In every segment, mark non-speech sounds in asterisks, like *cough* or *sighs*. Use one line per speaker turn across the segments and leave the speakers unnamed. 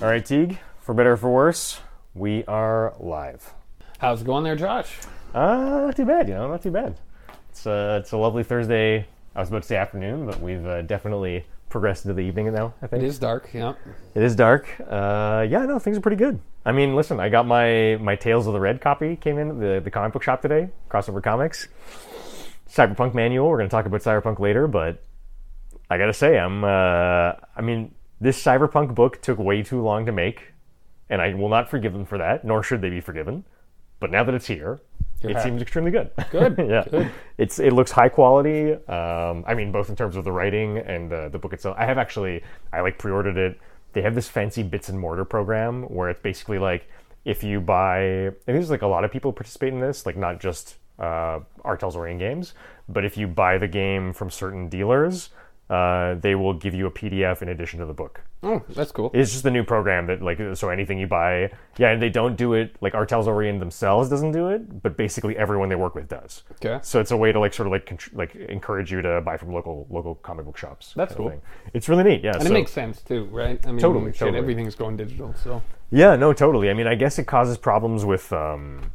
All right, Teague, for better or for worse, we are live.
How's it going there, Josh?
Uh, not too bad, you know, not too bad. It's a, it's a lovely Thursday. I was about to say afternoon, but we've uh, definitely progressed into the evening now, I
It
think.
is dark, yeah.
It is dark. Uh, yeah, no, things are pretty good. I mean, listen, I got my, my Tales of the Red copy came in the, the comic book shop today, Crossover Comics. Cyberpunk manual. We're going to talk about Cyberpunk later, but I got to say, I'm, uh, I mean, this Cyberpunk book took way too long to make, and I will not forgive them for that, nor should they be forgiven. But now that it's here, it
happy.
seems extremely good.
Good,
*laughs* yeah.
good.
It's it looks high quality. Um, I mean, both in terms of the writing and uh, the book itself. I have actually I like pre-ordered it. They have this fancy bits and mortar program where it's basically like if you buy. And there's like a lot of people participate in this, like not just uh, Artel's Orion games, but if you buy the game from certain dealers, uh, they will give you a PDF in addition to the book.
Oh, that's cool.
It's just the new program that like so anything you buy, yeah, and they don't do it like Artel's Orient themselves doesn't do it, but basically everyone they work with does.
Okay.
So it's a way to like sort of like contr- like encourage you to buy from local local comic book shops.
That's
kinda
cool.
It's really neat. Yeah.
And it makes sense too, right? I mean,
Totally,
shit,
totally.
everything's going digital, so
Yeah, no, totally. I mean, I guess it causes problems with, um,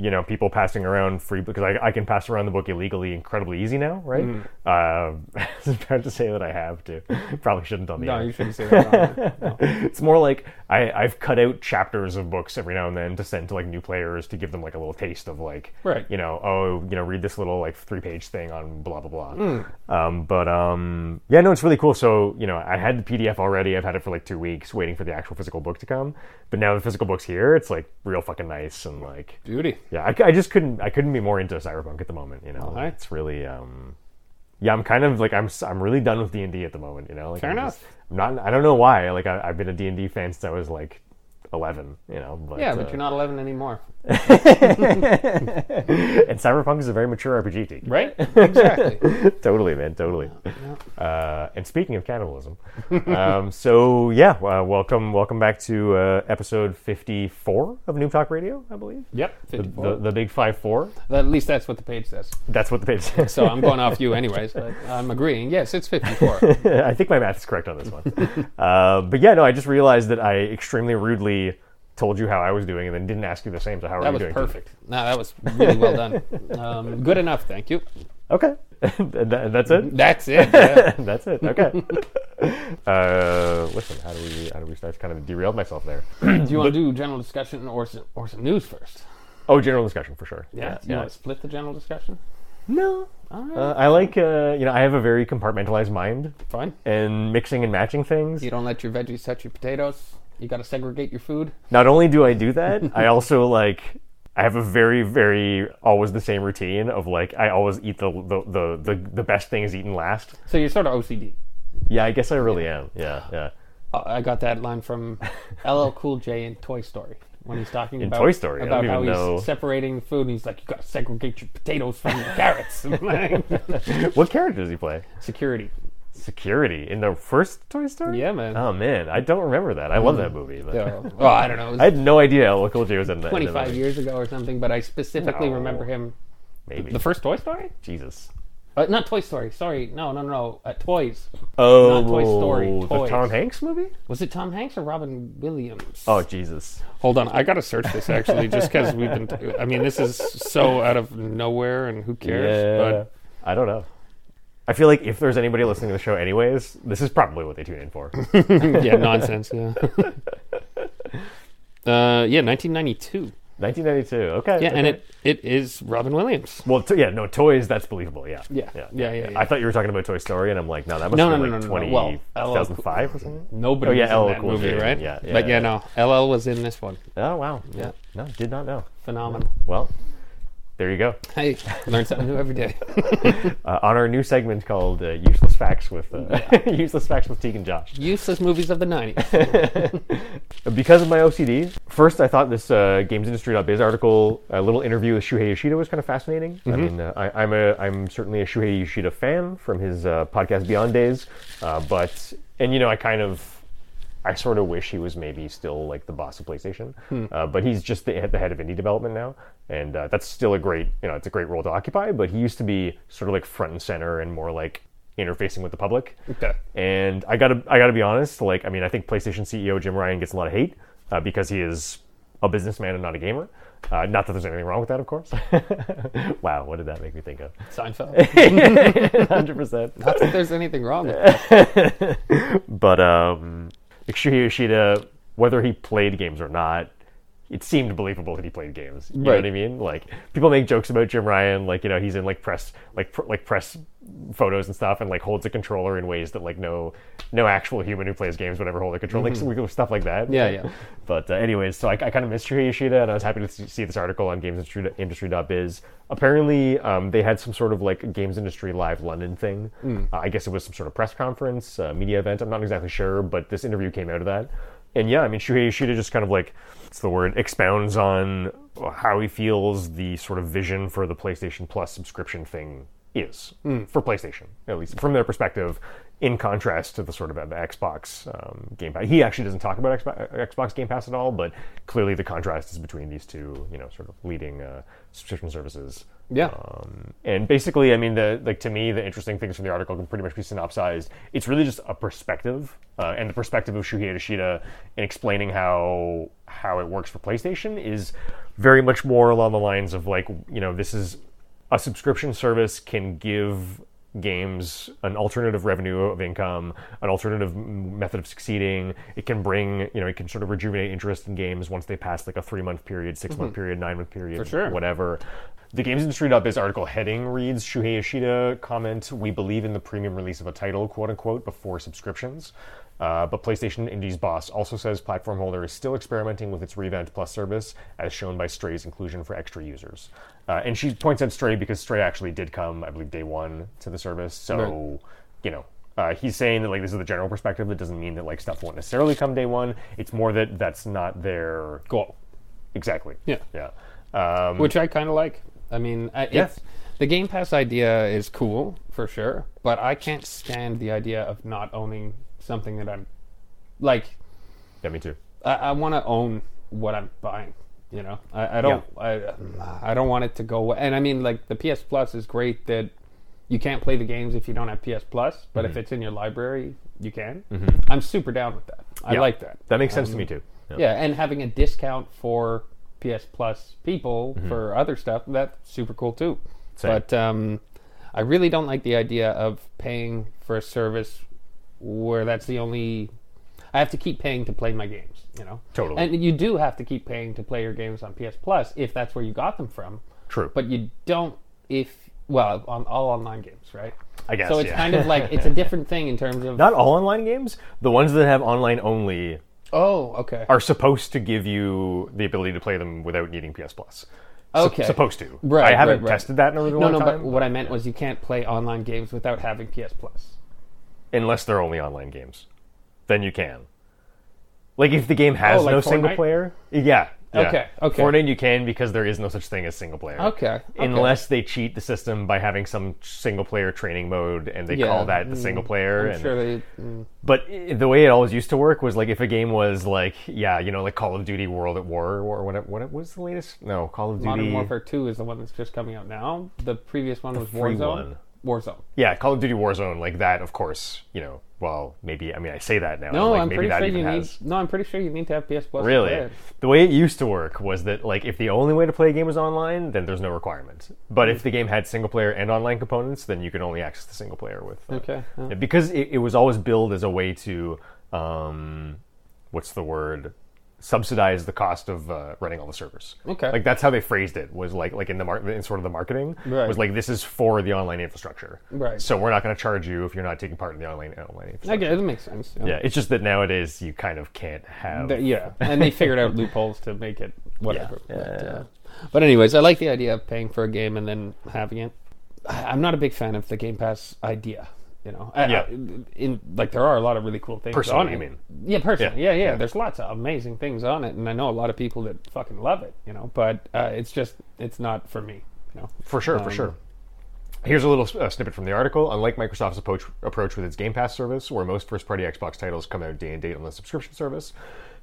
you know, people passing around free because I, I can pass around the book illegally incredibly easy now, right?
Mm.
Uh, *laughs* it's bad to say that I have to. *laughs* Probably shouldn't on the
no,
air.
you
*laughs*
shouldn't say that. on there.
it's more like I, I've cut out chapters of books every now and then to send to like new players to give them like a little taste of like
Right.
you know oh you know read this little like three page thing on blah blah blah um, but um yeah no it's really cool so you know I had the PDF already I've had it for like two weeks waiting for the actual physical book to come but now the physical book's here it's like real fucking nice and like
Beauty.
yeah I, c- I just couldn't I couldn't be more into cyberpunk at the moment you know
All right.
it's really um yeah I'm kind of like I'm s- I'm really done with D and D at the moment you know like
Fair
I'm
enough.
just- I'm not I don't know why like I, I've been a D and D fan since I was like 11 you know but,
Yeah, but
uh,
you're not 11 anymore,
and cyberpunk is a very mature RPG dude.
right? *laughs* exactly.
*laughs* totally man totally uh, and speaking of cannibalism um, *laughs* so yeah uh, welcome welcome back to uh, episode 54 of Noob Talk Radio I believe
Yep. 54.
the, the big five four
At least that's what the page says.
that's what the *laughs* page says
So I'm going off you, anyways. But I'm agreeing. Yes,
*laughs*
it's 54.
I think my math is correct on this
*laughs*
one. uh, but yeah, no, I just realized that I extremely rudely told you how I was doing and then didn't ask you the same. So how are
That
you
was
doing?
perfect. No, that was really well done. Um, good enough, thank you.
Okay, *laughs* Th- that's it. *laughs*
That's it. yeah.
that's it. Okay. *laughs* uh, listen, how do we how do we start? Kind of derailed myself there.
Do you want to do general discussion or some, or some news first?
oh, general discussion for sure.
Do you want to split the general discussion?
No.
All right.
Uh, I like uh, you know I have a very compartmentalized mind
Fine.
and mixing and matching things.
You don't let your veggies touch your potatoes. You got to segregate your food.
not only do I do that,
*laughs*
I also like I have a very very always the same routine of like I always eat the the the the, the best thing is eaten last.
So you're sort of OCD.
Yeah, I guess I really am. Yeah, yeah.
Uh, I got that line
*laughs*
from LL Cool J in Toy Story when he's talking about
Toy Story? I
about
don't
how
even
he's
know.
separating food. and He's like, you got to segregate your potatoes from your
*laughs*
carrots. *laughs* I'm like,
What character does he play?
Security.
Security in the first Toy Story.
Yeah, Mm. man.
Oh man, I don't remember that. I love that movie, but
So, oh, I don't know. It was
I had no idea LL Cool J was in that. in that
25
movie.
years ago or something, but I specifically
No.
remember him.
maybe.
The first Toy Story?
Jesus.
Uh, not Toy Story. Sorry. No, no, no. Uh, toys.
Oh,
Toy Story,
the
Toys.
Tom Hanks movie.
Was it Tom Hanks or Robin Williams?
Oh Jesus.
Hold on, I gotta search this actually, just because we've been. T- I mean, this is so out of nowhere, and who cares?
Yeah, I don't know. I feel like if there's anybody listening to the show, anyways, this is probably what they tune in
*laughs*
for.
But yeah, nonsense. Yeah. *laughs* uh, yeah, 1992.
1992. Okay.
Yeah, and
okay.
it it is Robin Williams.
Well, t- yeah, no toys. That's believable. Yeah.
Yeah, yeah, yeah, yeah.
I thought you were talking about Toy Story, and I'm like, no, that must
No,
be like
no, no, no, no, no.
20,
Well, Mm-hmm. LL
2005 or something.
Nobody
Oh, yeah,
was in
LL
that
Cool
movie,
J,
right?
yeah, yeah,
but yeah,
yeah.
no, LL was in this one.
Oh wow.
Yeah.
No, did not know.
Phenomenal.
Well, there you go.
Hey, learn something new every day.
Uh, on our new segment called uh, "Useless Facts" with uh, *laughs* "Useless Facts" with Teagan Josh.
Useless movies of
*laughs*
the 90s.
Uh, because of my OCD, first I thought this uh, GamesIndustry.biz article, a little interview with Shuhei Yoshida, was kind of fascinating. I mean, uh, I, I'm a I'm certainly a Shuhei Yoshida fan from his uh, podcast Beyond Days, uh, but and you know I kind of I I sort of wish he was maybe still like the boss of PlayStation, uh, but he's just the, the head of indie development now, and uh, that's still a great you know it's a great role to occupy. But he used to be sort of like front and center and more like interfacing with the public.
Okay.
And I gotta I gotta be honest, like I mean I think PlayStation CEO Jim Ryan gets a lot of hate uh, because he is a businessman and not a gamer. Uh, not that there's anything wrong with that, of course. *laughs* wow, what did that make me think of?
Seinfeld.
100%.
Not that there's anything wrong with
*laughs*
that.
But um, Ikushiro Yoshida, whether he played games or not, it seemed believable that he played games. You know what I
Right.
mean? Like people make jokes about Jim Ryan, like you know he's in like press, like pr- like press photos and stuff, and like holds a controller in ways that like no no actual human who plays games would ever hold a controller, like some stuff like that.
Yeah, yeah.
*laughs* But uh, anyways, so I, I kind of missed Shigeru Yoshida, and I was happy to s- see this article on GamesIndustry.biz. Apparently, um, they had some sort of like Games Industry Live London thing.
Hmm.
Uh, I guess it was some sort of press conference, uh, media event. I'm not exactly sure, but this interview came out of that. And yeah, I mean, Shuhei Yoshida just kind of like, what's the word, expounds on how he feels the sort of vision for the PlayStation Plus subscription thing is for PlayStation, at least from their perspective, in contrast to the sort of the Xbox um, Game Pass. He actually doesn't talk about Xbox, Xbox Game Pass at all, but clearly the contrast is between these two, you know, sort of leading uh, subscription services.
Yeah.
Um, and basically, I mean, the like to me, the interesting things from the article can pretty much be synopsized. It's really just a perspective, uh, and the perspective of Shuhei Yoshida in explaining how how it works for PlayStation is very much more along the lines of like, you know, this is a subscription service can give games an alternative revenue of income, an alternative m- method of succeeding. It can bring, you know, it can sort of rejuvenate interest in games once they pass like a three month period, six month period, nine month period,
sure.
whatever. The gamesindustry.biz article heading reads Shuhei Yoshida comment, we believe in the premium release of a title, quote unquote, before subscriptions. Uh, but PlayStation Indie's boss also says platform holder is still experimenting with its revamped Plus service, as shown by Stray's inclusion for extra users. Uh, and she points out Stray because Stray actually did come, I believe, day one to the service. So, you know, uh, he's saying that like this is the general perspective. That doesn't mean that like stuff won't necessarily come day one. It's more that that's not their
Goal.
exactly.
Yeah.
Yeah. Um,
which I kind of like. I mean, I, it's, the Game Pass idea is cool for sure, but I can't stand the idea of not owning something that I'm like.
yeah, me too.
I, I want to own what I'm buying. You know, I, I don't. I I don't want it to go. away. And I mean, like the PS Plus is great that you can't play the games if you don't have PS Plus, but if it's in your library, you can. I'm super down with that. I
Yeah.
like that.
That makes sense
um,
to me too. Yeah.
Yeah, and having a discount for PS Plus people for other stuff, that's super cool too.
Mm-hmm. Same.
But um, I really don't like the idea of paying for a service where that's the only. I have to keep paying to play my games, you know?
Totally.
And you do have to keep paying to play your games on PS Plus if that's where you got them from.
True.
But you don't if. Well, on all online games, right?
I guess,
So it's
yeah.
kind of like.
*laughs*
It's a different thing in terms of.
not all online games. The ones that have online only
oh, okay.
are supposed to give you the ability to play them without needing PS Plus. Sup-
Okay.
supposed to.
Right,
I haven't
right, right.
tested that in a really
No,
long
no,
time.
but what I meant was you can't play online games without having PS Plus.
unless they're only online games, then you can. Like if the game has
Oh, like
no single
Fortnite?
player, yeah, yeah.
Okay, okay.
Fortnite you can because there is no such thing as single player.
Okay, okay.
Unless they cheat the system by having some single player training mode and they
Yeah,
call that the single player.
I'm
and
sure they. mm,
But i- the way it always used to work was like if a game was like yeah you know like Call of Duty World at War or what what what was the latest no Call of Duty
Modern Warfare Two is the one that's just coming out now. The previous one was
free
Warzone.
one. Oh,
Warzone.
yeah Call of Duty Warzone like that of course you know well maybe I mean I say that now
No,
like,
I'm
maybe
pretty
that
sure
even
you
has
need. No, I'm pretty sure you need to have PS Plus. to play
really
it.
the way it used to work was that like if the only way to play a game was online then there's no requirement but
Mm.
if the game had single player and online components then you can only access the single player with uh,
Okay, yeah.
because it, it was always billed as a way to um, what's the word subsidize the cost of uh, running all the servers
Okay.
like that's how they phrased it was like like in the mar- in sort of the marketing
Right.
was like this is for the online infrastructure
Right.
so we're not going to charge you if you're not taking part in the online online infrastructure.
Okay, that makes sense.
yeah it's just that nowadays you kind of can't have
Th- yeah, and they figured out loopholes to make it
Oh.
whatever.
*laughs* Yeah,
but,
yeah, yeah.
uh, but anyways, I like the idea of paying for a game and then having it. I- I'm not a big fan of the Game Pass idea. You know, I- I-
Yeah.
in like there are a lot of really cool things
Personally,
on it.
you mean?
Yeah, personally,
Yeah,
yeah. yeah, There's lots of amazing things on it, and I know a lot of people that fucking love it. You know, but uh, it's just it's not for me. You know,
for sure for
Um,
sure Here's a little uh, snippet from the article. Unlike Microsoft's approach, approach with its Game Pass service, where most first party Xbox titles come out day and date on the subscription service,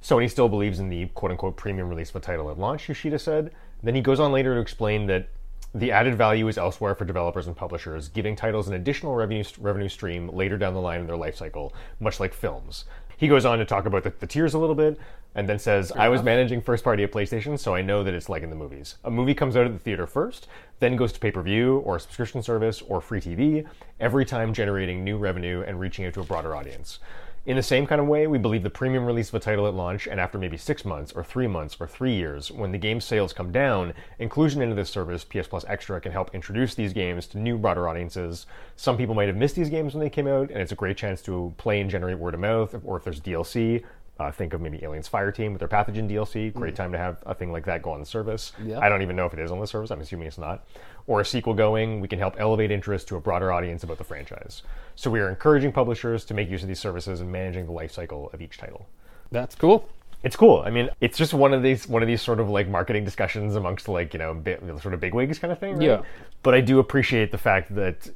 Sony still believes in the quote unquote premium release of a title at launch, Yoshida said. Then he goes on later to explain that the added value is elsewhere for developers and publishers, giving titles an additional revenue, revenue stream later down the line in their life cycle, much like films. He goes on to talk about the, the tiers a little bit and then says, I was managing first party at PlayStation, so I know that it's like in the movies. A movie comes out at the theater first, then goes to pay per view or a subscription service or free TV, every time generating new revenue and reaching out to a broader audience. In the same kind of way, we believe the premium release of a title at launch and after maybe six months or three months or three years, when the game's sales come down, inclusion into this service, PS Plus Extra, can help introduce these games to new broader audiences. Some people might have missed these games when they came out, and it's a great chance to play and generate word of mouth, or if there's DLC. Uh, think of maybe Aliens Fire Team with their Pathogen DLC. Great time to have a thing like that go on the service.
Yeah.
I don't even know if it is on the service. I'm assuming it's not. Or a sequel going, we can help elevate interest to a broader audience about the franchise. So we are encouraging publishers to make use of these services and managing the life cycle of each title.
That's cool.
It's cool. I mean, it's just one of these one of these sort of like marketing discussions amongst like you know bi- sort of bigwigs kind of thing. Right?
Yeah.
But I do appreciate the fact that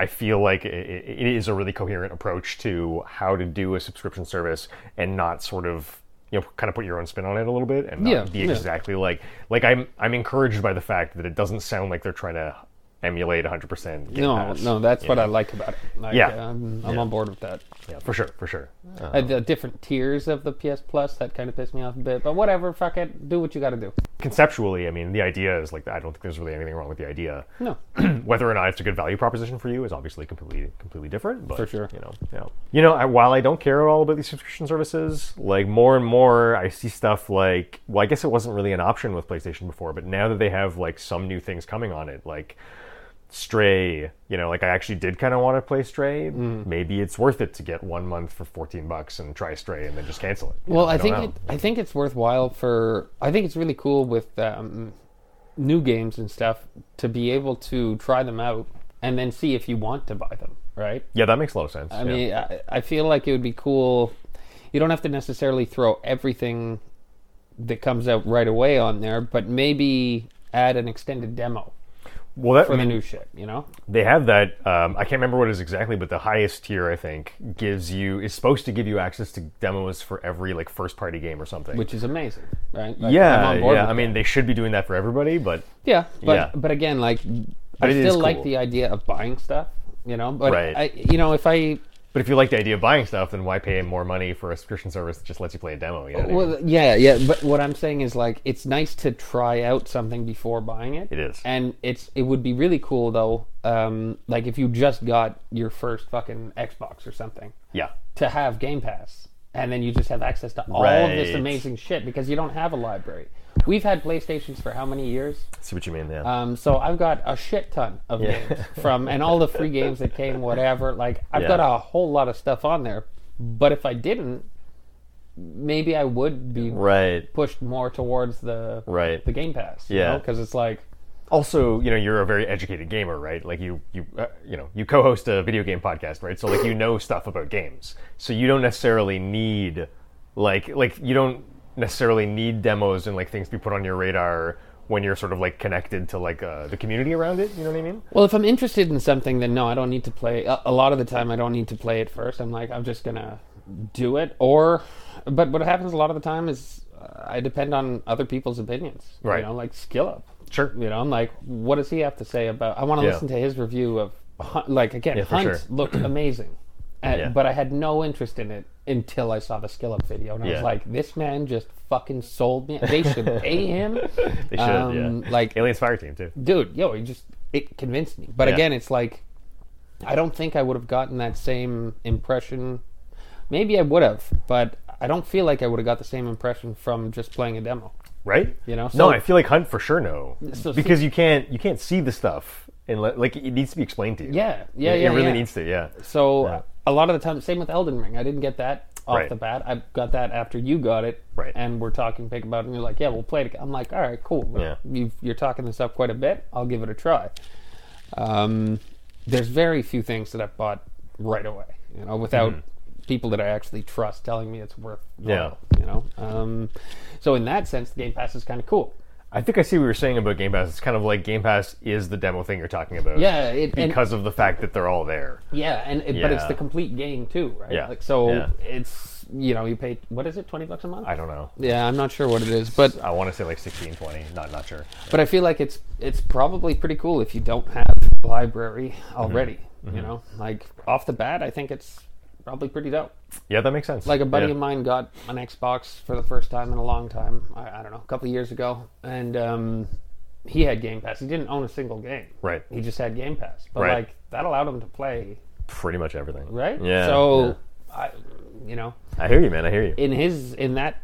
I feel like i- i it is a really coherent approach to how to do a subscription service and not sort of you know kind of put your own spin on it a little bit and not
Yeah,
be
yeah.
exactly like like I'm I'm encouraged by the fact that it doesn't sound like they're trying to emulate 100% Game
no,
Pass.
no, that's what I like about it. Like, um,
Yeah.
I'm, I'm on board with that.
Yeah, for sure, for sure. Uh,
Uh, the different tiers of the PS Plus that kind of pissed me off a bit, but whatever. Fuck it. Do what you got to do.
conceptually, I mean, the idea is like I don't think there's really anything wrong with the idea.
No,
*clears throat* Whether or not it's a good value proposition for you is obviously completely completely different. But
For sure.
you know, yeah. You know, I, while I don't care at all about these subscription services, like more and more, I see stuff like, well, I guess it wasn't really an option with PlayStation before, but now that they have like some new things coming on it, like Stray, you know, like I actually did kind of want to play Stray.
Mm-hmm.
Maybe it's worth it to get one month for fourteen bucks and try Stray and then just cancel it. You
Well,
know,
I,
don't
think
know.
it, I think it's worthwhile for. I think it's really cool with um, new games and stuff to be able to try them out and then see if you want to buy them. Right.
yeah, that makes a lot of sense. yeah.
I mean, I, I feel like it would be cool. You don't have to necessarily throw everything that comes out right away on there, but maybe add an extended demo
well, that
for
I mean,
the new shit. You know.
they have that um, i can't remember what it is exactly but the highest tier i think gives you is supposed to give you access to demos for every like first party game or something
which is amazing, right? Like, I'm
yeah
on board
yeah
with
i mean
that.
they should be doing that for everybody but
yeah, but
yeah.
but again, like,
But
I
it is
still like
cool.
the idea of buying stuff, you know. But
Right.
I, you know, if I,
but if you like the idea of buying stuff then why pay more money for a subscription service that just lets you play a demo you know what I mean?
well, yeah, yeah. But what I'm saying is, like, it's nice to try out something before buying it.
It is.
and it's it would be really cool though, um, like if you just got your first fucking Xbox or something,
yeah
to have Game Pass, and then you just have access to all of this
Right.
amazing shit because you don't have a library. We've had PlayStations for how many years?
see what you mean yeah
Um, so I've got a shit ton of games from and all the free games that came, whatever. Like I've
Yeah.
got a whole lot of stuff on there. But if I didn't, maybe I would be
right
pushed more towards the
Right.
the Game Pass.
Yeah.
because it's like
also you know you're a very educated gamer right like you you uh, you know you co-host a video game podcast right so like you know stuff about games so you don't necessarily need like like you don't necessarily need demos and like things to be put on your radar when you're sort of like connected to like uh, the community around it you know what i mean
Well, if I'm interested in something, then no, I don't need to play. A, a lot of the time, I don't need to play it first. I'm like, I'm just gonna do it. Or, but what happens a lot of the time is uh, I depend on other people's opinions.
Right.
You know, like skill up.
Sure.
You know, I'm like, what does he have to say about? I want to
Yeah.
listen to his review of, Hunt- like again,
Yeah, for
Hunt
sure. *clears throat*
looked amazing, uh,
Yeah.
but I had no interest in it until I saw the skill up video, and I
Yeah.
was like, this man just fucking sold me. They should
*laughs*
pay him.
they should
Um,
yeah
like-
aliens fire team too
dude, yo, it just it convinced me. But
Yeah.
again, it's like I don't think I would have gotten that same impression. Maybe I would have, but I don't feel like I would have got the same impression from just playing a demo.
right?
You know,
no,
so-
I feel like Hunt for sure. No,
So-
because you can't you can't see the stuff and like it needs to be explained to you.
Yeah, yeah,
it,
yeah,
It really
yeah.
needs to. Yeah,
So
Yeah.
a lot of the time, same with Elden Ring. I didn't get that off
Right.
the bat. I got that after you got it,
Right.
And we're talking big about it, and you're like, "Yeah, we'll play it." I'm like, "All right, cool.
Yeah.
You've, you're talking this up quite a bit. I'll give it a try." Um, there's very few things that I've bought right away, you know, without people that I actually trust telling me it's worth.
Mm-hmm. Yeah.
you know. Um, so in that sense, the Game Pass is kind of cool.
I think I see what you're saying about Game Pass. It's kind of like Game Pass is the demo thing you're talking about.
Yeah, it, and-
Because of the fact that they're all there.
Yeah, and it, but it's
Yeah.
the complete game too, right?
Yeah.
Like so,
Yeah.
it's you know you pay what is it twenty bucks a month?
I don't know.
yeah, I'm not sure what it is, but
I want to say like 16, 20. Not not sure.
but I feel like it's it's probably pretty cool if you don't have a library
Mm-hmm.
already. You know, like off the bat, I think it's probably pretty dope.
Yeah, that makes sense.
Like a buddy
yeah.
of mine got an Xbox for the first time in a long time. I, I don't know, a couple of years ago, and um, he had Game Pass. He didn't own a single game.
Right.
He just had Game Pass, but
Right.
like that allowed him to play.
Pretty much everything.
Right.
Yeah.
So, I, you know,
yeah. I hear you, man. I hear you.
in his in that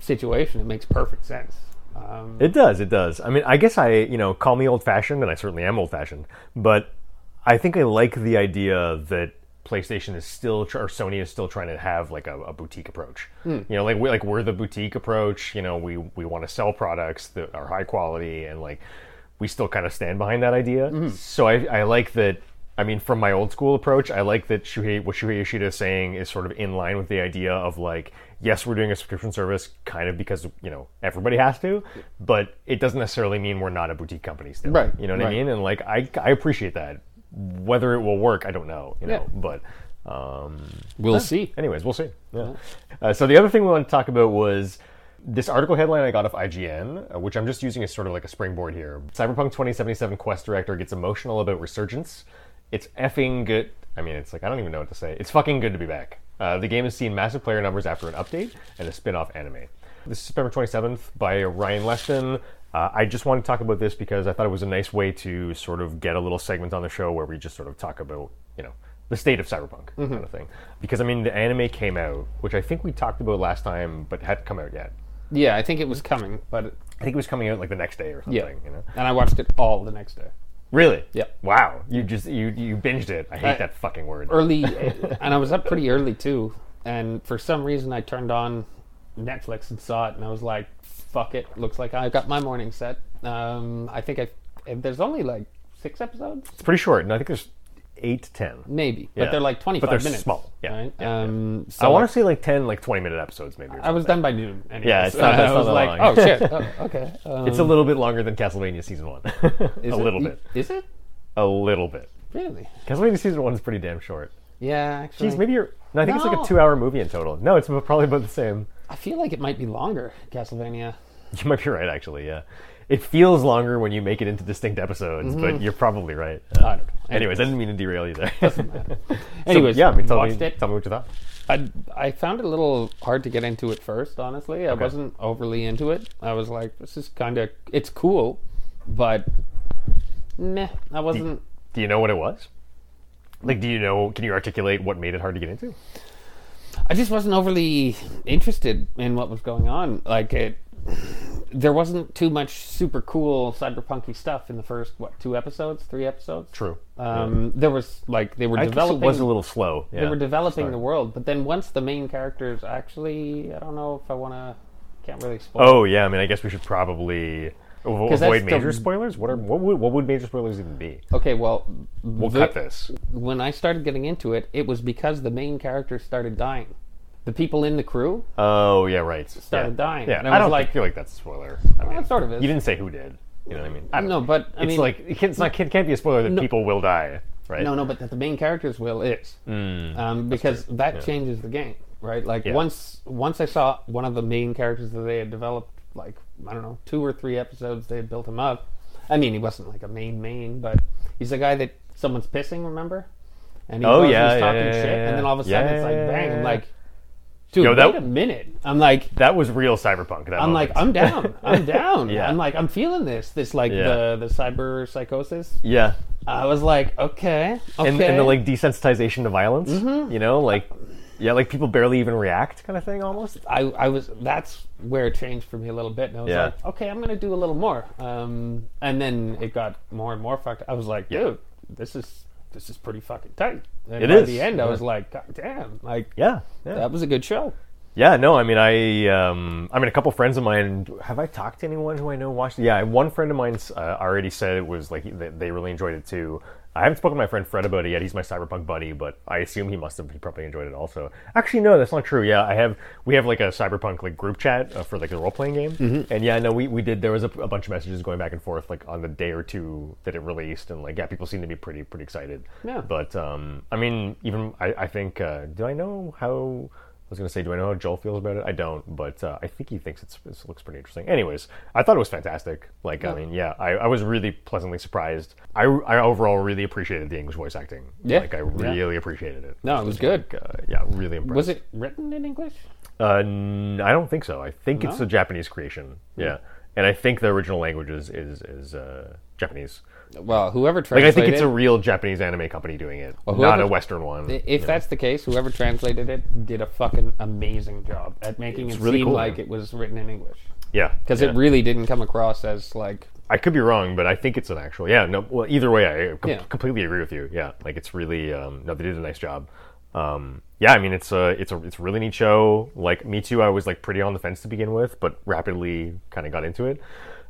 situation, it makes perfect sense. Um,
It does. It does. I mean, I guess I, you know, call me old fashioned, and I certainly am old fashioned, but I think I like the idea that PlayStation is still, tr- or Sony is still trying to have like a, a boutique approach. You know, like we like we're the boutique approach. You know, we we want to sell products that are high quality, and like we still kind of stand behind that idea. So I, I like that. I mean, from my old school approach, I like that Shuhei, what Shuhei Yoshida is saying is sort of in line with the idea of like, yes, we're doing a subscription service kind of because, you know, everybody has to, but it doesn't necessarily mean we're not a boutique company still.
Right,
You know what I
right.
mean? And like, I, I appreciate that. Whether it will work, I don't know, you know, but, um,
we'll see.
Anyways, we'll see. Yeah. Uh, so the other thing we wanted to talk about was this article headline I got off IGN, uh, which I'm just using as sort of like a springboard here. Cyberpunk 2077 quest director gets emotional about resurgence. It's effing good. I mean, it's like I don't even know what to say. It's fucking good to be back. Uh, the game has seen massive player numbers after an update and a spin-off anime. This is September 27th by Ryan Leston. Uh, I just want to talk about this because I thought it was a nice way to sort of get a little segment on the show where we just sort of talk about, you know, the state of cyberpunk
Mm-hmm.
kind of thing. Because I mean, the anime came out, which I think we talked about last time, but hadn't come out yet.
Yeah, I think it was coming, but
I think it was coming out like the next day or something.
yeah,
You know?
and I watched it all the next day.
Really?
Yeah.
Wow. You just you you binged it. I hate
I-
that fucking word. *laughs*
Early, and I was up pretty early too. And for some reason, I turned on Netflix and saw it, and I was like, "Fuck it!" Looks like I got my morning set. Um, I think I and there's only like six episodes,
it's pretty short, and I think there's eight to ten.
maybe,
Yeah.
but they're like
But
25
they're
minutes.
small. Yeah,
right?
yeah,
um, So
I want
like,
to say like ten, like twenty minute episodes maybe. Or
I
something.
was done by noon. Anyways.
Yeah, it's not-
And
it's
I
not
was
that
like,
long. *laughs*
"Oh shit, oh, okay." Um,
it's a little bit longer than Castlevania season one. *laughs* a little bit.
Is it
A little bit.
really?
Castlevania season one's pretty damn short.
Yeah, actually,
Jeez, maybe you're. No, I think it's like
No.
a two-hour movie in total. No, it's probably about the same. *laughs*
I feel like it might be longer. Castlevania.
You might be right, actually. Yeah, it feels longer when you make it into distinct episodes, but
Mm-hmm.
you're probably
*laughs*
right. Uh,
I don't know.
Anyways, I didn't mean to derail you there. *laughs* So,
Anyways,
yeah, I mean, tell
watched
me,
it.
Tell me what you thought.
I, I found it a little hard to get into at first. Honestly, I wasn't overly into it. I was like, this is kind of it's cool, but meh. I wasn't.
Do you know what it was? Like, do you know? Can you articulate what made it hard to get into?
I just wasn't overly interested in what was going on. Like it, there wasn't too much super cool cyberpunky stuff in the first what two episodes, three episodes.
True.
Um, There was like they were
I guess it
developing.
was a little slow. Yeah.
they were developing the world, but then once the main characters actually, I don't know if I want to. Can't really spoil.
Oh yeah, I mean, I guess we should probably avo-
that's
avoid
the-
major spoilers. What are what would, what would major spoilers even be?
Okay, well,
We'll
the-
cut this.
when I started getting into it, it was because the main characters started dying. The people in the crew,
Oh yeah, right.
Started
yeah.
dying.
Yeah,
And I
I,
was
don't
like-
feel like that's a spoiler. I
well, it Oh, sort of is.
You didn't say who did. You know what I mean? I don't
no,
know.
but I
it's
mean,
like it can't, it's not, it can't be a spoiler that people will die, right? Mm,
no, no, but that the main characters will is um, because that changes the game, right? Like once once I saw one of the main characters that they had developed, like I don't know, two or three episodes they had built him up. I mean, he wasn't like a main main, but he's the guy that someone's pissing, remember? And he
Oh,
goes and
yeah,
he's
yeah,
talking
yeah,
shit,
yeah,
and then all of a
yeah.
sudden it's like
Yeah,
bang!
yeah,
I'm
yeah.
like, dude,
Yo, that-
wait a minute! I'm like,
That was real cyberpunk. That
I'm
moment.
like,
*laughs*
I'm down. I'm down.
Yeah.
I'm like, I'm feeling this. This like
Yeah.
the the cyber psychosis.
yeah,
I was like, okay, okay. Mm-hmm.
and, and the like desensitization to violence. You know, like yeah, like people barely even react, kind of thing, almost.
I, I was that's where it changed for me a little bit, and I was
Yeah.
like, okay, I'm gonna do a little more. Um, and then it got more and more fucked. I was like, dude, this is this is pretty fucking tight. And
It
by
is.
the end, I
Yeah.
was like, god damn, like
Yeah, yeah.
that was a good show.
Yeah, no, I mean, I, um, I mean, a couple friends of mine. Have I talked to anyone who I know watched? it? Yeah, one friend of mine's uh, already said it was like they, they really enjoyed it too. I haven't spoken to my friend Fred about it yet. He's my cyberpunk buddy, but I assume he must have. He probably enjoyed it also. Actually, no, that's not true. Yeah, I have. We have like a cyberpunk like group chat uh, for like the role playing game, and yeah, no, we, we did. There was a, a bunch of messages going back and forth like on the day or two that it released, and like yeah, people seem to be pretty pretty excited.
Yeah.
But um, I mean, even I, I think. Uh, do I know how? I was gonna say, do I know how Joel feels about it? I don't, but uh, I think he thinks it's, it looks pretty interesting. Anyways, I thought it was fantastic. Like, I mean, yeah, I, I was really pleasantly surprised. I, I overall really appreciated the English voice acting.
Yeah.
like I
Yeah.
really appreciated it.
No, it was good.
Uh, yeah, really impressed.
Was it written in English?
Uh, n- I don't think so. I think it's a Japanese creation.
Hmm.
Yeah, and I think the original language is is, is uh, Japanese.
Well, whoever
Like, I
translated
think it's a real Japanese anime company doing it, not
whoever-
a Western one.
if that's the case, whoever translated it did a fucking amazing job at making it
really
seem
cool,
like
man.
it was written in English
yeah,
because
yeah.
it really didn't come across as like
I could be wrong, but I think it's an actual. Yeah, no. Well, either way, I com-
Yeah.
completely agree with you. Yeah, like it's really. Um, no, they did a nice job. Um, yeah, I mean it's a it's a it's a really neat show. Like me too, I was like pretty on the fence to begin with, but rapidly kind of got into it.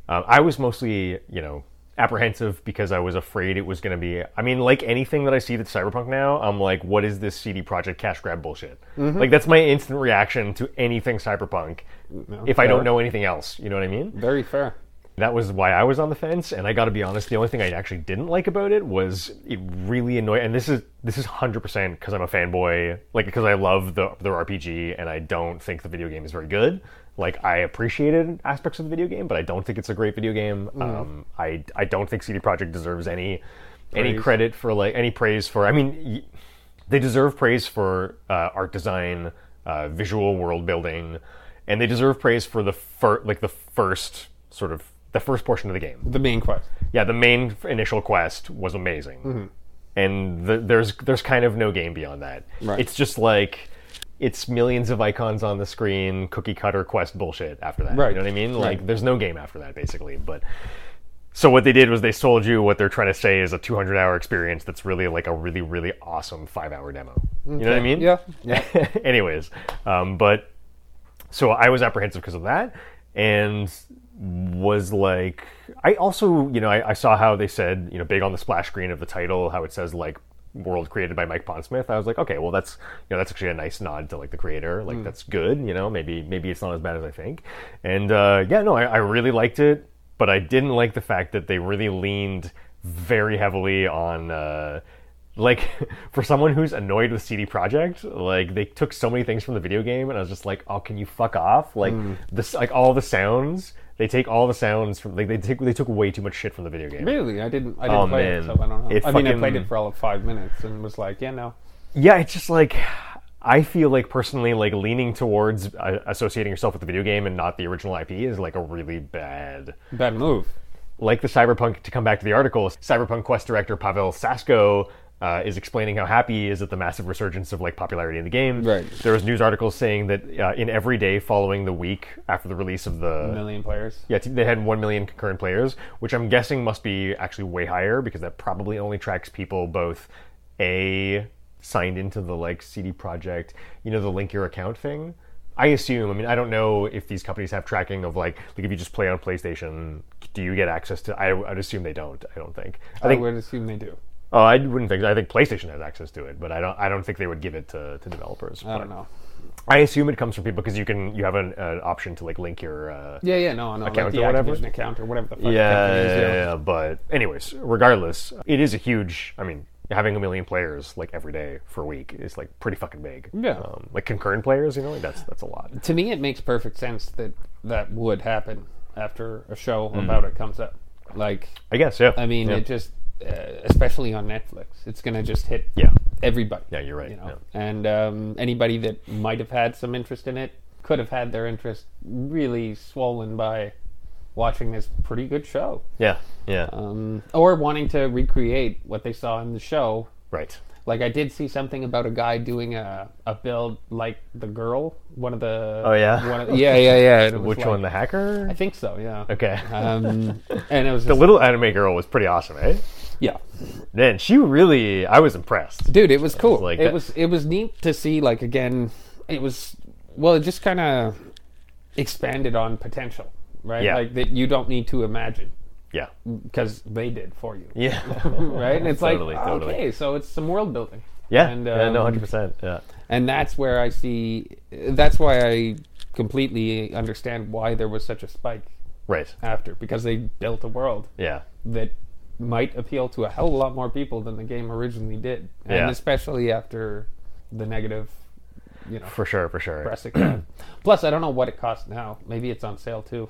Um, I was mostly you know apprehensive because I was afraid it was going to be. I mean, like anything that I see that's cyberpunk now, I'm like, what is this CD Project cash grab bullshit? Like that's my instant reaction to anything cyberpunk. if I
fair.
don't know anything else, you know what I mean?
very fair.
That was why I was on the fence, and I got to be honest. The only thing I actually didn't like about it was it really annoyed. And this is this is hundred percent because I'm a fanboy, like because I love the the RPG, and I don't think the video game is very good. Like I appreciated aspects of the video game, but I don't think it's a great video game. Um, I I don't think CD Projekt deserves any any
Praise.
credit for like any praise for. I mean, y- they deserve praise for uh, art design, uh, visual world building, and they deserve praise for the fir- like the first sort of the first portion of the game.
The main quest.
Yeah, the main f- initial quest was amazing,
Mm-hmm.
and the, there's there's kind of no game beyond that.
Right.
It's just like it's millions of icons on the screen, cookie cutter quest bullshit. After that,
Right.
you know what I mean? Like there's no game after that basically, but. So what they did was they sold you what they're trying to say is a 200 hour experience that's really like a really really awesome five hour demo. You know what I mean?
Yeah. Yeah.
*laughs* Anyways, um, but so I was apprehensive because of that, and was like, I also, you know, I, I saw how they said, you know, big on the splash screen of the title, how it says like world created by Mike Pondsmith. I was like, okay, well that's, you know, that's actually a nice nod to like the creator. Like that's good, you know, maybe maybe it's not as bad as I think. And uh, yeah, no, I, I really liked it, but I didn't like the fact that they really leaned very heavily on. Uh, like *laughs* for someone who's annoyed with CD Project, like they took so many things from the video game, and I was just like, oh, can you fuck off? Like this, like all the sounds they take all the sounds from like they take they took way too much shit from the video game.
Really, I didn't. I didn't
Oh,
play
man.
it, so I don't know.
It
I mean, I played
fucking-
it for all of five minutes and was like, yeah, no.
Yeah, it's just like I feel like personally like leaning towards uh, associating yourself with the video game and not the original IP is like a really bad
Bad move.
like the cyberpunk to come back to the article cyberpunk quest director pavel sasko uh, is explaining how happy he is at the massive resurgence of like popularity in the game
Right.
there was news articles saying that uh, in every day following the week after the release of the
Million players.
yeah, t- they had 1 million concurrent players, which I'm guessing must be actually way higher because that probably only tracks people both A, signed into the like CD Project, you know, the link your account thing. I assume, I mean, I don't know if these companies have tracking of like, like if you just play on PlayStation, do you get access to, I, I'd assume they don't, I don't think. I
I,
think,
would assume they do.
oh, I wouldn't think, I think PlayStation has access to it, but I don't, I don't think they would give it to, to developers.
I don't know.
I assume it comes from people because you can, you have an, an option to like link your, uh,
Yeah, yeah, no, no.
Account
like the
or whatever?
Activision account or whatever the fuck.
yeah,
companies
yeah,
do.
yeah, yeah, but anyways, regardless, it is a huge. I mean, having a million players like every day for a week is like pretty fucking big.
Yeah.
um, like concurrent players, you know, like that's that's a lot.
To me, it makes perfect sense that that would happen after a show
Hmm.
about it comes up. Like,
I guess, yeah.
I mean,
yeah.
it just, uh, especially on Netflix, it's gonna just hit
yeah,
everybody.
yeah, you're right.
you know,
yeah.
and um, anybody that might have had some interest in it could have had their interest really swollen by watching this pretty good show,
yeah, yeah,
um, or wanting to recreate what they saw in the show.
right.
Like I did see something about a guy doing a, a build like the girl, one of the
Oh, yeah?
one of, yeah yeah yeah.
*laughs*
and it was
Which
like-
one, the hacker?
I think so, yeah.
okay,
Um, and it was
*laughs* the *laughs*
just,
little anime girl was pretty awesome, eh?
yeah,
Then she really, I was impressed.
dude it was cool
like
it
that-
was it was neat to see like again it was well it just kind of expanded on potential right
Yeah.
like that you don't need to imagine
Yeah.
because they did for you,
Yeah.
right? And it's
Totally,
like
totally.
okay, so it's some world building.
*laughs* yeah.
and,
yeah. No,
um,
hundred percent. Yeah.
and that's where I see. That's why I completely understand why there was such a spike
Right.
after because they built a world
Yeah.
that might appeal to a hell of a lot more people than the game originally did, and
Yeah.
especially after the negative, you know, *coughs*
For sure. For sure.
press it got. Plus, I don't know what it costs now. Maybe it's on sale too.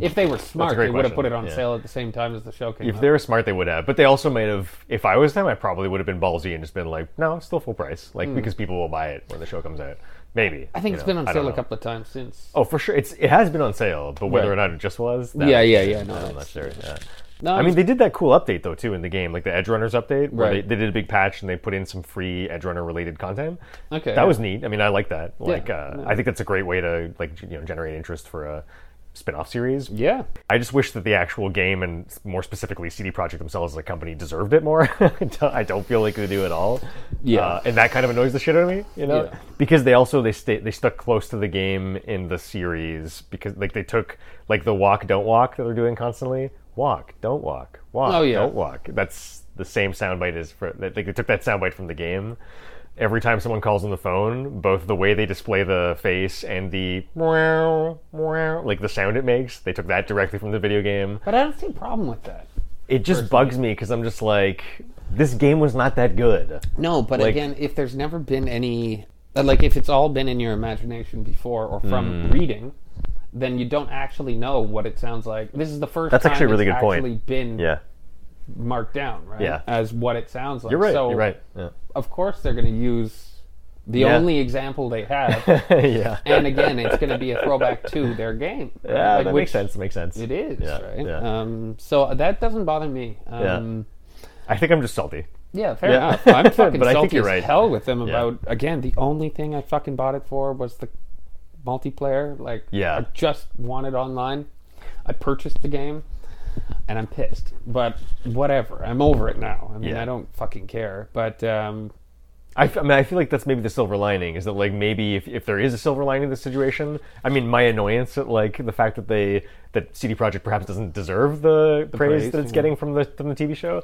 If they were smart,
great
they would have
question.
put it on
Yeah.
sale at the same time as the show came
If
out.
they were smart, they would have. But they also might have. If I was them, I probably would have been ballsy and just been like, "No, it's still full price," like because people will buy it when the show comes out. Maybe.
Hmm. I think
it's
it's been on sale a couple of times since.
Oh, for sure. It's it has been on sale, but whether
Right.
or not it just was. That
Yeah, yeah, yeah, no,
I'm not
that's-
sure. Yeah.
No,
I mean, they did that cool update though too in the game, like the Edge Runners update. Where
Right.
They, they did a big patch and they put in some free Edge Runner related content.
Okay,
That
yeah.
was neat. I mean, I like that. Like,
Yeah,
uh,
no.
I think that's a great way to like you know generate interest for a spin-off series.
yeah.
I just wish that the actual game and more specifically CD Projekt themselves as a company deserved it more. *laughs* I don't- I don't feel like they do at all. Uh,
Yeah.
and that kind of annoys the shit out of me, you know,
Yeah.
because they also they stay they stuck close to the game in the series because like they took like the walk don't walk that they're doing constantly walk don't walk walk
Oh, yeah.
don't walk. That's the same soundbite as for that. Like they took that soundbite from the game. Every time someone calls on the phone, both the way they display the face and the meow, meow, like the sound it makes, they took that directly from the video game.
But I don't see a problem with that.
It just bugs me because I'm just like, this game was not that good.
No, but again, if there's never been any, uh, like if it's all been in your imagination before or from
Mm.
reading, then you don't actually know what it sounds like. This is the first.
That's
time
actually a really
it's
good point.
Actually, been
Yeah,
marked down, right?
Yeah.
As what it sounds like.
you're right.
So,
you're right. Yeah, *laughs*
Of course, they're going to use the
Yeah.
only example they have,
*laughs* yeah.
and again, it's going to be a throwback to their game.
Yeah,
Like,
that
which
makes sense. Makes sense.
It is
Yeah,
right.
yeah.
Um, so that doesn't bother me. Um,
I think I'm just salty.
Yeah, fair
Yeah. *laughs*
enough. I'm fucking
But I
salty
think you're
as
right.
hell with them about again. The only thing I fucking bought it for was the multiplayer. Like,
Yeah.
I just want it online. I purchased the game, and I'm pissed. But whatever, I'm over it now. I mean,
Yeah.
I don't fucking care. But um,
I, f- I mean, I feel like that's maybe the silver lining is that like maybe if, if there is a silver lining in this situation, I mean, my annoyance at like the fact that they that CD Projekt perhaps doesn't deserve the, praise,
praise,
that it's
yeah.
getting from the from the TV show.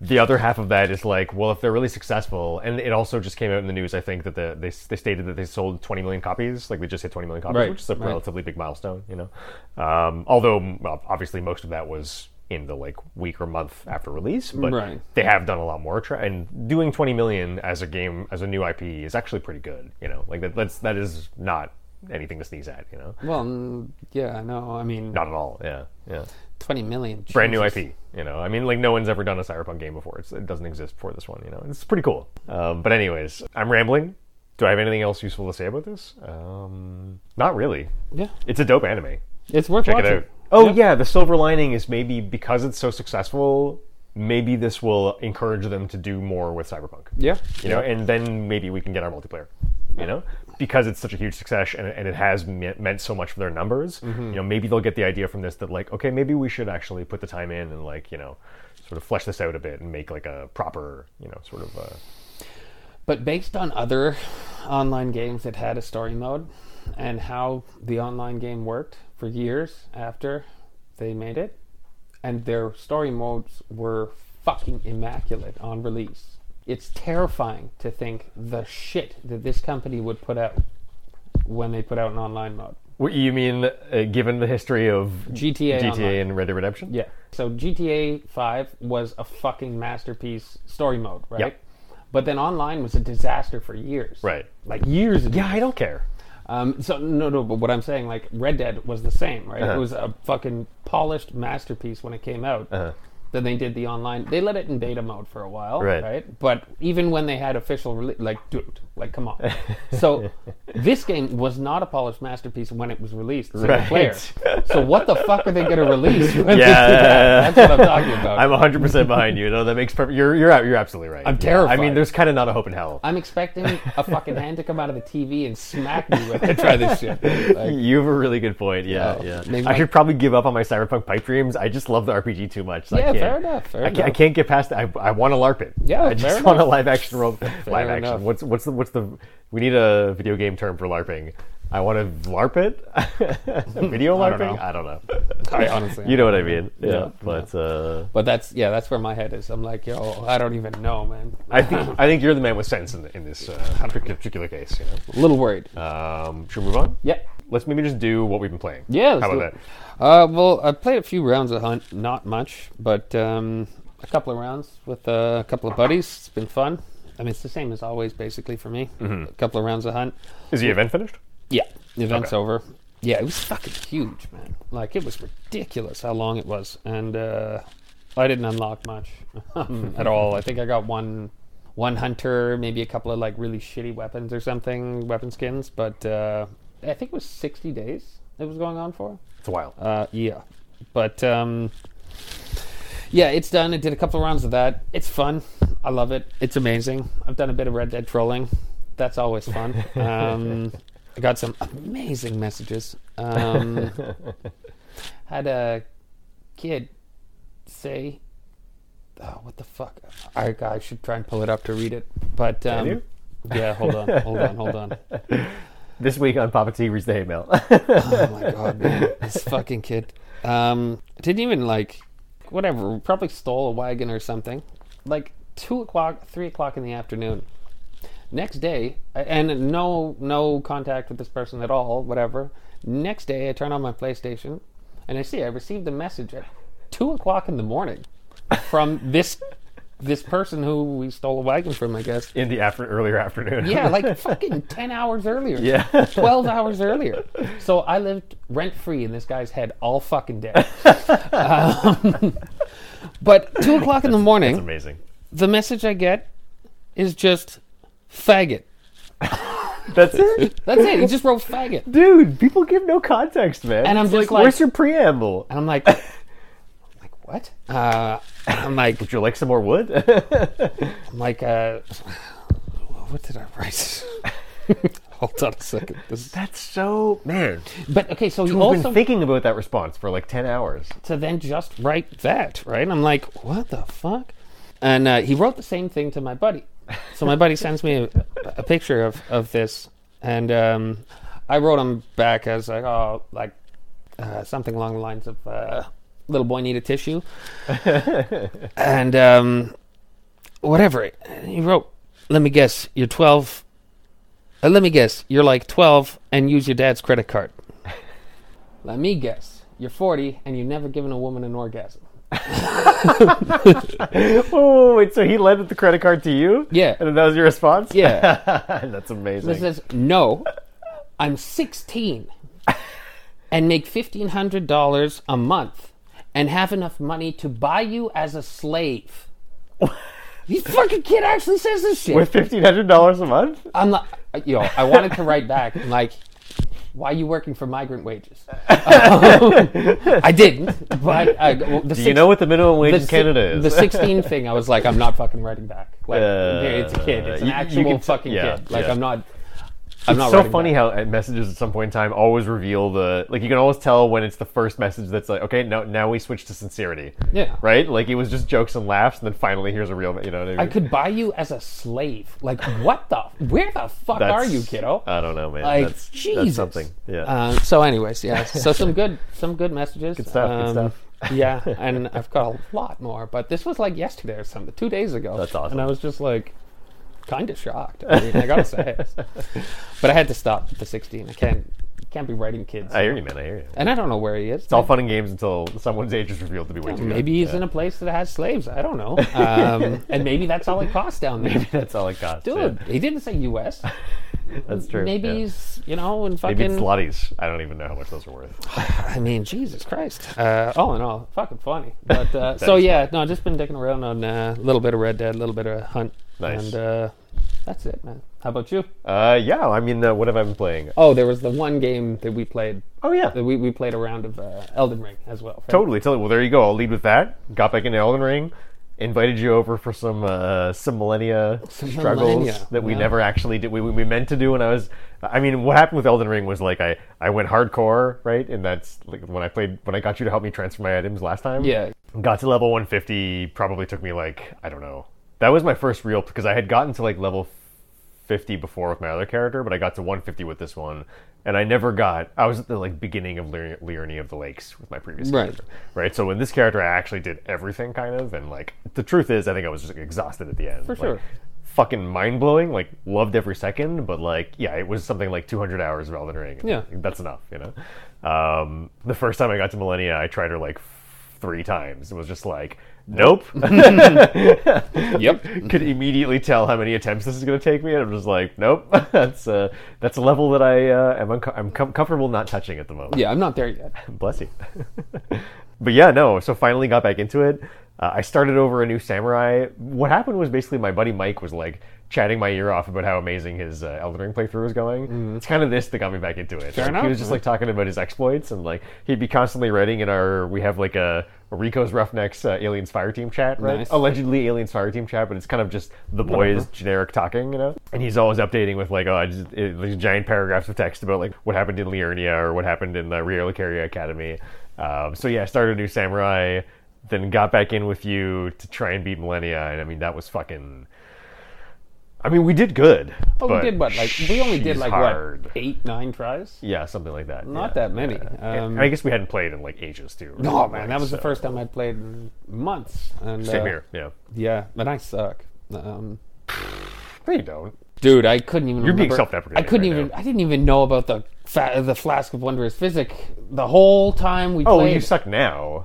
The other half of that is like, well, if they're really successful, and it also just came out in the news, I think that the, they they stated that they sold 20 million copies, like they just hit 20 million copies,
Right,
which is a
right.
relatively big milestone, you know. Um, although m- ob- obviously most of that was in the like week or month after release, but
Right.
they have done a lot more tra- and doing 20 million as a game as a new ip is actually pretty good you know like that, that's that is not anything to sneeze at you know
well, mm, yeah, no, I mean,
not at all yeah yeah
twenty million
brand new
Jesus.
ip you know i mean like no one's ever done a cyberpunk game before it's, it doesn't exist before this one you know it's pretty cool um, but anyways i'm rambling do i have anything else useful to say about this um, not really
Yeah,
it's a dope anime
it's worth
check it
watching.
out oh
Yep.
yeah the silver lining is maybe because it's so successful maybe this will encourage them to do more with cyberpunk
Yeah,
you know, and then maybe we can get our multiplayer, you know, because it's such a huge success and, and it has me- meant so much for their numbers. You know, maybe they'll get the idea from this that like, okay, maybe we should actually put the time in and like, you know, sort of flesh this out a bit and make like a proper, you know, sort of. Uh,
But based on other online games that had a story mode and how the online game worked for years after they made it, and their story modes were fucking immaculate on release. It's terrifying to think the shit that this company would put out when they put out an online mode.
what you mean, uh, given the history of
GTA
GTA
Online.
and Red Dead Redemption?
Yeah. So GTA 5 was a fucking masterpiece story mode, right?
Yep.
But then online was a disaster for years.
Right.
Like years ago.
Yeah, I don't care.
Um, so no, no. But what I'm saying, like Red Dead was the same, right?
Uh-huh.
It was a fucking polished masterpiece when it came out.
Uh-huh.
Then they did the online. They let it in beta mode for a while,
Right.
right? But even when they had official, rele like, dude, like, come
*laughs*
on. so this game was not a polished masterpiece when it was released single
Right.
player. So what the fuck are they going
*laughs*
to release? When they do
Yeah.
that? that's what I'm talking about.
I'm 100% behind you. No, that makes perfect. You're you're out- you're absolutely right. I'm I mean,
terrified.
there's kind of not a hope in hell.
I'm expecting a fucking hand to come out of the TV and smack me
*laughs*
when I try this shit. Like,
you have a really good point. Yeah,
Oh,
yeah.
maybe
I
my-
should probably give up on my cyberpunk pipe dreams. I just love the RPG too much. I
Yeah,
can't,
fair enough,
I,
fair
can't, I
enough.
can't get past. it. I, I want to LARP it.
Yeah,
I just
*laughs* fair
want a live action role. live
enough.
action. What's what's the what's the? We need a video game term for LARPing. I want to LARP it, *laughs* video
I don't
LARPing.
know.
I don't know.
I honestly,
you know what I mean? Yeah.
Yeah,
but uh,
But that's yeah, that's where my head is. I'm like, yo, I don't even know, man.
I think I think you're the man with sense in, in this uh, particular case. You know.
A little worried.
Um, should we move on?
yeah.
Let's maybe just do what we've been playing.
Yeah. let's
How
do
about
it. Uh, well, I played a few rounds of Hunt, not much, but um, a couple of rounds with uh, a couple of buddies. It's been fun. I mean, it's the same as always, basically for me.
Mm-hmm.
A couple of rounds of Hunt.
that? Is the event finished?
Yeah, the event's
Okay.
over. Yeah, it was fucking huge, man. Like it was ridiculous how long it was, and uh, I didn't unlock much *laughs* um, at all. I think I got one, one hunter, maybe a couple of like really shitty weapons or something, weapon skins. But uh, I think it was sixty days it was going on for.
It's a while.
Uh, yeah, but um, yeah, it's done. I did a couple of rounds of that. It's fun. I love it. It's amazing. I've done a bit of Red Dead trolling. That's always fun. Um, I got some amazing messages. Um, had a kid say, "Oh, what the fuck?" All right, guy, I should try and pull it up to read it. But um,
you?
yeah, hold on, hold on, hold on.
this week on Papa T reads the hate mail. *laughs*
Oh my god, man. This fucking kid. Um, didn't even like, whatever. Probably stole a wagon or something. Like two o'clock, three o'clock in the afternoon. Next day, a- and no, no contact with this person at all. Whatever. Next day, I turn on my PlayStation, and I see I received a message at two o'clock in the morning from this this person who we stole a wagon from. I guess.
in the after earlier afternoon. *laughs*
Yeah, *laughs* like fucking 10 hours earlier.
Yeah.
12 hours earlier. So I lived rent free in this guy's head all fucking day. Um, but 2 o'clock in the morning,
it's amazing.
the message I get is just faggot.
That's it,
That's it. He just wrote faggot. And
dude. People give no context, man.
And I'm
It's
just like-
where's your preamble?
I'm like, I'm like what? Uh, I'm like,
Would you like some more wood? *laughs*
I'm like, uh, what did I write? *laughs* Hold on a second. This is-
That's so man.
but okay, so you
We've
also
been thinking about that response for like ten hours.
to then just write that, right? I'm like, what the fuck? And uh, he wrote the same thing to my buddy. So my buddy sends me a, a picture of, of this, and um, I wrote him back as like, oh, like uh, something along the lines of, uh, little boy need a tissue, and um, whatever. And he wrote, let me guess, you're 12. Uh, let me guess, you're like 12 and use your dad's credit card. Let me guess. You're 40 and you've never given a woman an orgasm.
*laughs* Oh, wait, so he lent the credit card to you?
Yeah.
And that was your response?
*laughs* Yeah.
*laughs* That's amazing.
It says, no,
*laughs*
I'm 16 and make $1,500 a month and have enough money to buy you as
*laughs*
a slave. This fucking kid actually says this shit.
With $1,500 a month?
I'm like, uh, yo, I wanted to write back, I'm like, why are you working for
*laughs*
migrant wages? Um, *laughs* I didn't, but I, well, the
Do you know what the minimum wage in
si-
Canada is? *laughs*
the 16 thing, I was like, I'm not fucking writing back. Like,
Uh,
it's a kid. It's an
you- you
actual
can t-
fucking
yeah,
kid. Like,
yeah.
I'm not. I'm not
It's so
writing
funny
back.
how uh, messages at some point in time always reveal the like you can always tell when it's the first message that's like okay now now we switch to sincerity
Yeah.
right like it was just jokes and laughs and then finally here's a real you know what I mean?
I could buy you as a slave. Like, what the? Where the fuck
That's-
are you, kiddo?
I don't know man
like,
that's,
Jesus.
that's something yeah
Uh, so, anyways, yeah.
*laughs*
So some good, some good messages. Good
stuff, good stuff.
yeah,
*laughs*
and I've got a lot more, but this was like yesterday or something, two days ago.
That's awesome.
And I was just like, kind of shocked. I, mean, I
*laughs*
gotta say, but I had to stop at the 16. I can't, can't be writing kids.
I hear you man I hear you
and I don't know where he is.
it's all fun and games until someone's age is revealed to be way too young.
Maybe he's in a place that has slaves. I don't know.
*laughs*
Um, and maybe that's all it costs down there.
that's all it costs yeah.
Dude, he didn't say U.S.
that's *laughs* true
Maybe
yeah.
he's, you know, in
Maybe it's
fucking.
Lotties. I don't even know how much those are worth.
*sighs* I mean, Jesus Christ. Uh, all in all, fucking funny. But uh, so
is
yeah, no, I've just been dicking around on uh, a little bit of Red Dead, a little bit of Hunt,
Nice.
and uh, that's it, man. How about you?
Uh, yeah, I mean, uh, what have I been playing?
Oh, there was the one game that we played.
Oh yeah,
That we, we played a round of uh, Elden Ring as well. right?
totally. Totally. Well, there you go. I'll lead with that. Got back into Elden Ring. Invited you over for some uh, some millennia struggles
millennia,
that we
yeah.
never actually did. We, we we meant to do when I was. I mean, what happened with Elden Ring was like I I went hardcore, right? And that's like when I played when I got you to help me transfer my items last time.
Yeah.
got to level 150 probably took me like i don't know that was my first real because i had gotten to like level 50 before with my other character but i got to 150 with this one and I never got. I was at the like beginning of Lyr- Lyurny of the Lakes with my previous
Right.
character, right? So when this character, I actually did everything kind of, and like the truth is, I think I was just exhausted at the end. For
sure.
Fucking mind blowing. Like loved every second, but like yeah, it was something like 200 hours of Elden Ring. and,
Yeah.
like, that's enough, you know. Um, the first time I got to Millennia, I tried her like three times. It was just like.
*laughs*
Nope. *laughs*
Yep.
could immediately tell how many attempts this is going to take me, and I'm just like, nope, *laughs* that's a that's a level that I uh, am unco- I'm com- comfortable not touching at the moment.
Yeah, I'm not there yet.
Bless you. *laughs* but yeah, no. So finally got back into it. Uh, I started over a new samurai. What happened was basically my buddy Mike was like chatting my ear off about how amazing his uh, Elden Ring playthrough was going. It's kind of this that got me back into it. Like,
Mm-hmm. enough.
He was just like talking about his exploits and like he'd be constantly writing in our we have like a Rico's Roughnecks uh, Aliens Fire Team chat, right?
Nice.
Allegedly Aliens Fire Team chat, but it's kind of just the boys generic talking, you know. And he's always updating with like oh, I just, it, these giant paragraphs of text about like what happened in Liurnia or what happened in the Rio Lucaria Academy. Um, so yeah, I started a new samurai, then got back in with you to try and beat Millennia, and I mean that was fucking. I mean, we did good.
Oh, we did what? Like we only
she's
did like
hard.
what eight, nine tries.
Yeah, something like that.
Not
yeah.
that many. Um,
And I guess we hadn't played in like ages too. right?
no, man, that was the
So-
first time I played in months. And,
Same
uh,
here. Yeah.
Yeah, and I suck. Um,
No, you don't.
dude, I couldn't even. You're
being self-deprecating
I couldn't
right
even.
now.
I didn't even know about the fa- the flask of wondrous physic the whole time we
Oh, well,
played.
you suck now,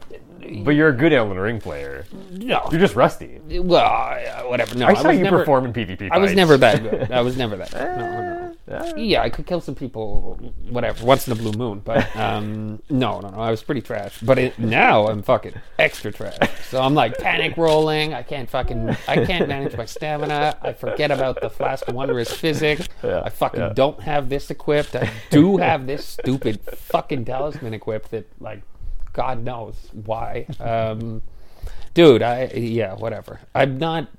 but you're a good Elden Ring player.
no,
You're just rusty.
well, I- whatever. No,
I saw
was
you
never,
perform in PvP.
I was
fights.
never that good. I was never that. Good. No, no. Yeah, I could kill some people, whatever, once in a blue moon. But um, no, no, no, I was pretty trash. But it, now I'm fucking extra trash. So I'm like panic rolling. I can't fucking, I can't manage my stamina. I forget about the flask of wondrous physic. I fucking don't have this equipped. I do have this stupid fucking talisman equipped that, like, God knows why. Um, dude, I yeah, whatever. I'm not.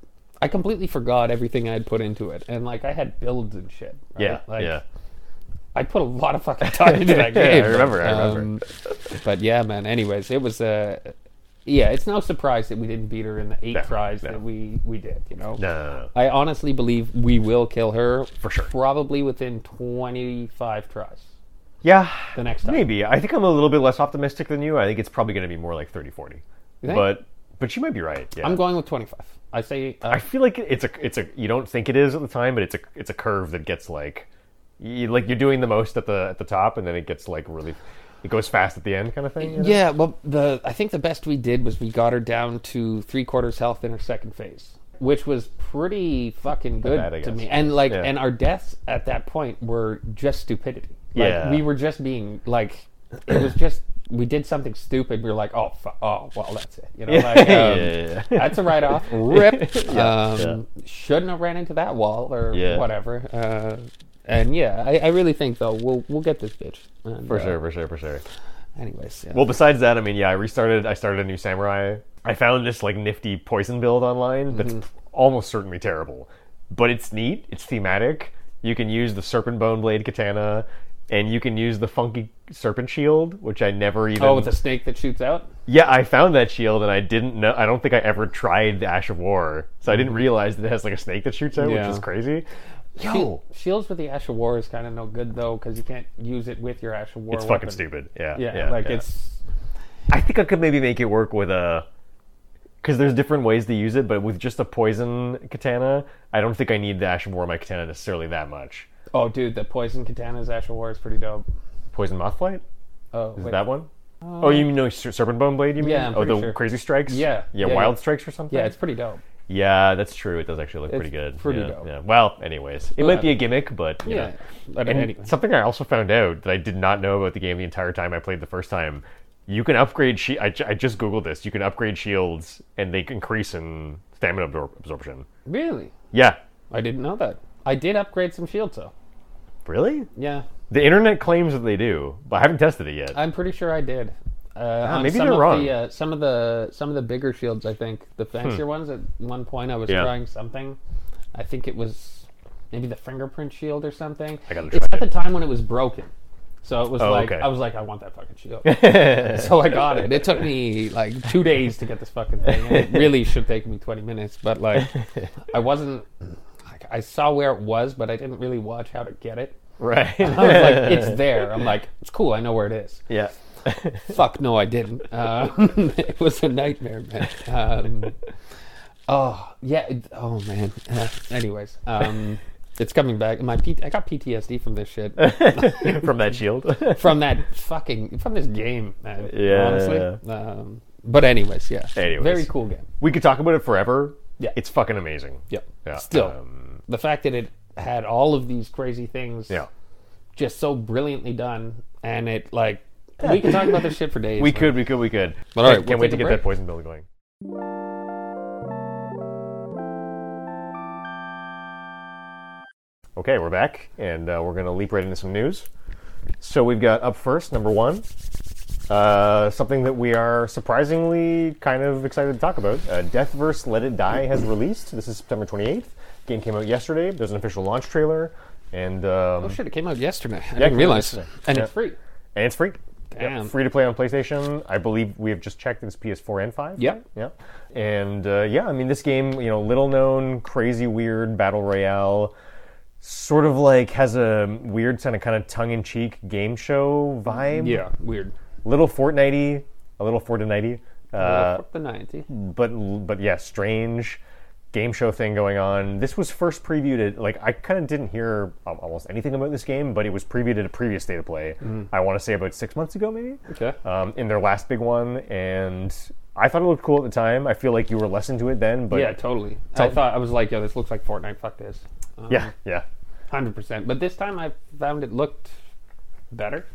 I completely forgot everything I had put into it, and like I had builds and shit. right?
Yeah.
like,
yeah.
I put a lot of fucking time
*laughs*
into that
Yeah, I
game. Um,
remember, I remember.
but yeah, man. Anyways, it was Uh, yeah, it's no surprise that we didn't beat her in the eight
No,
tries
no.
that we we did. You know.
No, no, no.
I honestly believe we will kill her for
sure.
Probably within twenty five tries.
Yeah.
The next time.
Maybe. I think I'm a little bit less optimistic than you. I think it's probably going to be more like 30 40.
think?
But but you might be right. Yeah.
I'm going with twenty five. I say uh,
I feel like it's a it's a you don't think it is at the time, but it's a it's a curve that gets like you like you're doing the most at the at the top, and then it gets like really it goes fast at the end kind of thing. you know?
Yeah, well, the I think the best we did was we got her down to three quarters health in her second phase, which was pretty fucking good
bad, I
to
guess.
me. And like,
Yeah.
and our deaths at that point were just stupidity. Like,
Yeah.
we were just being like, it was just we did something stupid. We were like, oh, fu- oh, well, that's it. You know, like um,
*laughs* Yeah, yeah, yeah.
that's a
*laughs*
write off. Rip. um, Shouldn't have ran into that wall or
Yeah.
whatever. Uh, and yeah, I, I really think though we'll we'll get this bitch. And,
For
uh,
sure, for sure, for sure.
Anyways, yeah.
Well, besides that, I mean, yeah, I restarted. I started a new samurai. I found this like nifty poison build online that's almost certainly terrible, but it's neat. It's thematic. You can use the serpent bone blade katana, and you can use the funky serpent shield, which I never even
Oh, with the snake that shoots out?
Yeah, I found that shield and I didn't know. I don't think I ever tried the Ash of War, so I didn't realize that it has like a snake that shoots out,
Mm. Yeah.
which is crazy.
Shie- shields with the Ash of War is kind of no good, though, because you can't use it with your Ash of War.
it's
weapon.
fucking stupid. Yeah,
Yeah, like it's.
I think I could maybe make it work with a. Because there's different ways to use it, but with just a poison katana, I don't think I need the Ash of War on my katana necessarily that much.
Oh, dude, the poison katana's Ash of War is pretty dope.
Poison Mothflight?
Oh,
Is
wait.
that one? oh, you mean no, ser- Serpent Bone Blade, you mean?
Yeah, I'm
oh, the
pretty sure.
Crazy Strikes?
Yeah,
Yeah,
yeah,
Wild
yeah.
Strikes or something?
Yeah, it's pretty dope.
Yeah, that's true. It does actually look pretty good.
pretty
yeah,
dope.
yeah. Well, anyways, it might be a gimmick, but you
Yeah.
know.
But
And
anyway.
something I also found out that I did not know about the game the entire time I played the first time. You can upgrade. She- I, ju- I just googled this. You can upgrade shields, and they increase in stamina absor- absorption.
Really?
Yeah,
I didn't know that. I did upgrade some shields, though.
really?
Yeah,
The internet claims that they do, but I haven't tested it yet.
I'm pretty sure I did. Uh, on
Ah, maybe
some
they're
of
wrong. Hmm.
The, uh, some of the some of the bigger shields, I think the fancier ones. At one point, I was
Yeah.
trying something. I think it was maybe the fingerprint shield or something.
I gotta
it's
try Oh,
at the time when it was broken, so it was like
okay.
I was like, I want that fucking
*laughs*
shield. so I got it. It took me like two days to get this fucking thing. And it really should take me twenty minutes, but like I wasn't. like, I saw where it was, but I didn't really watch how to get it.
Right.
I was like, it's there. I'm like, it's cool. I know where it is.
*laughs*
*laughs*
yeah.
Fuck no, I didn't. Uh, *laughs* it was a nightmare, man. Um, oh yeah. it- Oh man. Uh, anyways, um, it's coming back. My P- I got PTSD from
*laughs*
this shit.
From that shield.
*laughs* from that fucking from this game, man.
Yeah.
Honestly. Um, but anyways, yeah.
Anyways.
Very cool game.
we could talk about it forever.
Yeah.
It's fucking amazing.
Yep.
Yeah,
Still,
um,
the fact that it had all of these crazy things,
Yeah.
just so brilliantly done, and it like we can talk about this shit for days.
We
man.
could, we could, we could.
But all right,
can't
we'll
wait
take
to
a
get
break.
that poison bill going. Okay, we're back, and uh, we're going to leap right into some news. So we've got up first, number one, uh, something that we are surprisingly kind of excited to talk about. Uh, Deathverse Let It Die has released. This is September 28th. Game came out yesterday. There's an official launch trailer, and um,
Oh shit! It came out yesterday. I
came out
didn't realize,
yesterday.
and
Yeah.
it's free.
and it's free.
Damn.
Free to play on PlayStation. I believe we have just checked it's PS4 and 5.
Yep.
Yeah. And uh, yeah, I mean, this game, you know, little known, crazy, weird battle royale, sort of like has a weird kind of kind of tongue in cheek game show vibe.
Yeah, weird.
Little Fortnitey, a little Fortnitey, uh,
Fuck the ninety.
but but yeah, strange game show thing going on. This was first previewed at like I kind of didn't hear al- almost anything about this game, but it was previewed at a previous state of play.
Mm-hmm.
I want to say about six months ago, maybe
Okay.
um, in their last big one, and I thought it looked cool at the time. I feel like you were less into it then, but
Oh, yeah, totally. I thought I was like, yo, this looks like Fortnite. Fuck this. Uh,
yeah, yeah.
Hundred percent. But this time I found it looked better.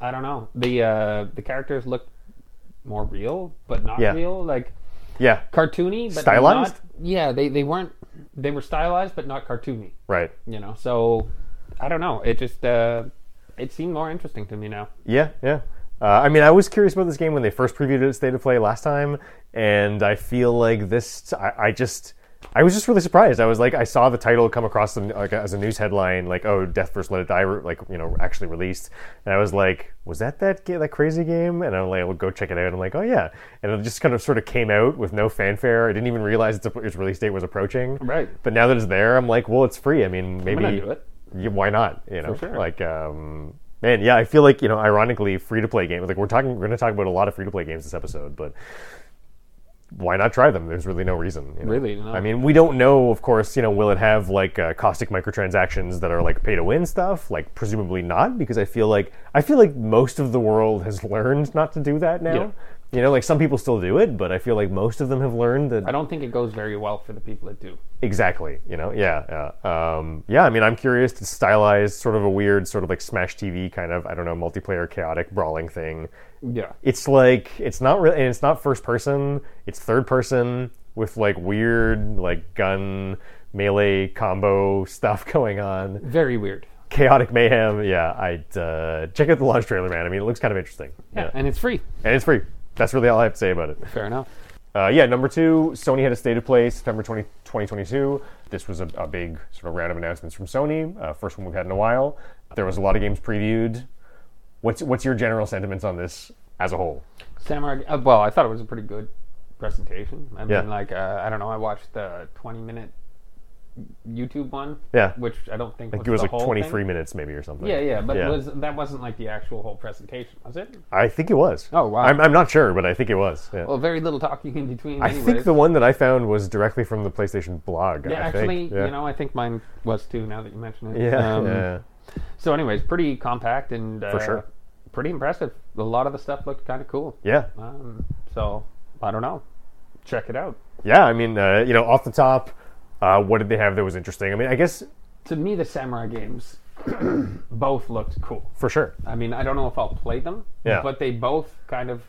I don't know. The uh, the characters looked more real, but not
Yeah.
real. Like
Yeah,
cartoony, but
Stylized?
Not, yeah, they they weren't. They were stylized, but not cartoony.
right.
You know. So I don't know. It just uh, it seemed more interesting to me now.
Yeah, yeah. Uh, I mean, I was curious about this game when they first previewed it at State of Play last time, and I feel like this. I, I just, I was just really surprised. I was like, I saw the title come across the, like, as a news headline, like, "Oh, Death First Let It Die," re- like you know, actually released, and I was like, "Was that that ga- that crazy game?" And I'm like, "Well, go check it out." I'm like, "Oh yeah," and it just kind of sort of came out with no fanfare. I didn't even realize its, its release date was approaching.
Right.
But now that it's there, I'm like, "Well, it's free." I mean, maybe
gonna do it.
yeah, why not? You know,
For sure.
like, um, man, yeah, I feel like you know, ironically, free to play games. Like we're talking, we're going to talk about a lot of free to play games this episode, but why not try them? There's really no reason. you know?
Really, no.
I mean, we don't know, of course. You know, will it have like uh, caustic microtransactions that are like pay to win stuff? Like, presumably not, because I feel like I feel like most of the world has *laughs* learned not to do that now.
Yeah.
You know, like some people still do it, but I feel like most of them have learned that
I don't think it goes very well for the people that do.
Exactly. You know. Yeah. Yeah. Um, yeah. I mean, I'm curious. It's stylized, sort of a weird, sort of like Smash TV kind of. I don't know, multiplayer, chaotic, brawling thing.
Yeah.
It's like it's not really, and it's not first person. It's third person with like weird, like gun melee combo stuff *laughs* going on.
Very weird.
Chaotic mayhem. Yeah. I'd uh, check out the launch trailer, man. I mean, it looks kind of interesting.
yeah. And it's free.
And it's free. That's really all I have to say about it.
Fair enough.
Uh, yeah, number two, Sony had a state of play September 20, 2022. This was a, a big sort of round of announcements from Sony, uh, first one we've had in a while. There was a lot of games previewed. What's what's your general sentiments on this as a whole?
Samurai. Uh, well, I thought it was a pretty good presentation. I mean,
Yeah.
like uh, I don't know. I watched the twenty-minute YouTube one.
Yeah.
Which I don't think
Like
was
it was
the
like
whole
23
Thing.
minutes maybe or something.
Yeah, yeah, but Was, that wasn't like the actual whole presentation, was it?
I think it was.
Oh, wow.
I'm, I'm not sure, but I think it was. Yeah.
Well, very little talking in between.
I
Anyways.
think the one that I found was directly from the PlayStation blog.
yeah,
I think.
actually,
Yeah.
you know, I think mine was too. Now that you mention it,
Yeah, *laughs*
Um,
yeah.
So, anyways, pretty compact and uh,
sure.
pretty impressive. A lot of the stuff looked kind of cool.
Yeah.
Um, so, I don't know. Check it out.
Yeah, I mean, uh, you know, off the top, uh, what did they have that was interesting? I mean, I guess
To me, the samurai games *clears throat* both looked cool.
for sure.
I mean, I don't know if I'll play them,
Yeah.
but they both kind of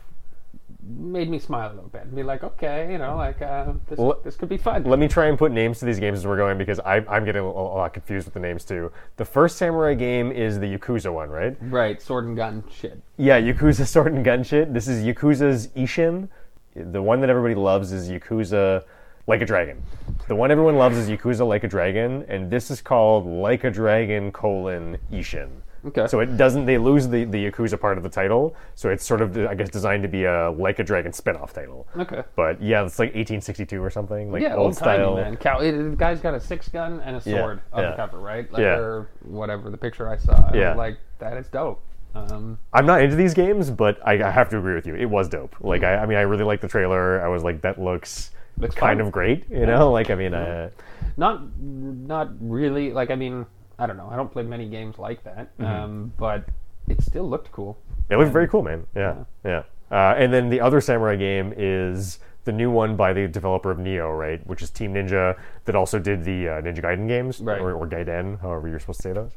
made me smile a little bit and be like, okay, you know, like uh, this,
Well,
this could be fun.
Let me try and put names to these games as we're going because I, I'm getting a, a lot confused with the names too. The first samurai game is the Yakuza one, right?
right, sword and gun shit.
Yeah, Yakuza *laughs* Sword and Gun shit. This is Yakuza's Ishin. The one that everybody loves is Yakuza Like a Dragon. The one everyone loves is Yakuza Like a Dragon, and this is called Like a Dragon colon Ishin.
Okay.
So it doesn't. They lose the, the Yakuza part of the title, so it's sort of I guess designed to be a like a Dragon spin-off title.
Okay.
But yeah, it's like 1862 or something, like
Yeah,
old,
old
style.
timey man. Cal- it- the guy's got a six gun and a sword on
yeah.
the cover, right? Like,
Yeah.
Or whatever the picture I saw. And
Yeah.
I'm like that is dope. Um,
I'm not into these games, but I,
Hmm.
I have to agree with you. It was dope. Like I, I mean, I really liked the trailer. I was like, that looks,
Looks
kind
fun.
of great. You know, like I mean, uh,
not not really. Like I mean, I don't know. I don't play many games like that.
Mm-hmm.
Um, but it still looked cool.
it looked very cool, man. Yeah, yeah. Uh, and then the other samurai game is the new one by the developer of Neo, right? Which is Team Ninja that also did the uh, Ninja Gaiden games,
Right.
or, or Gaiden, however you're supposed to say those.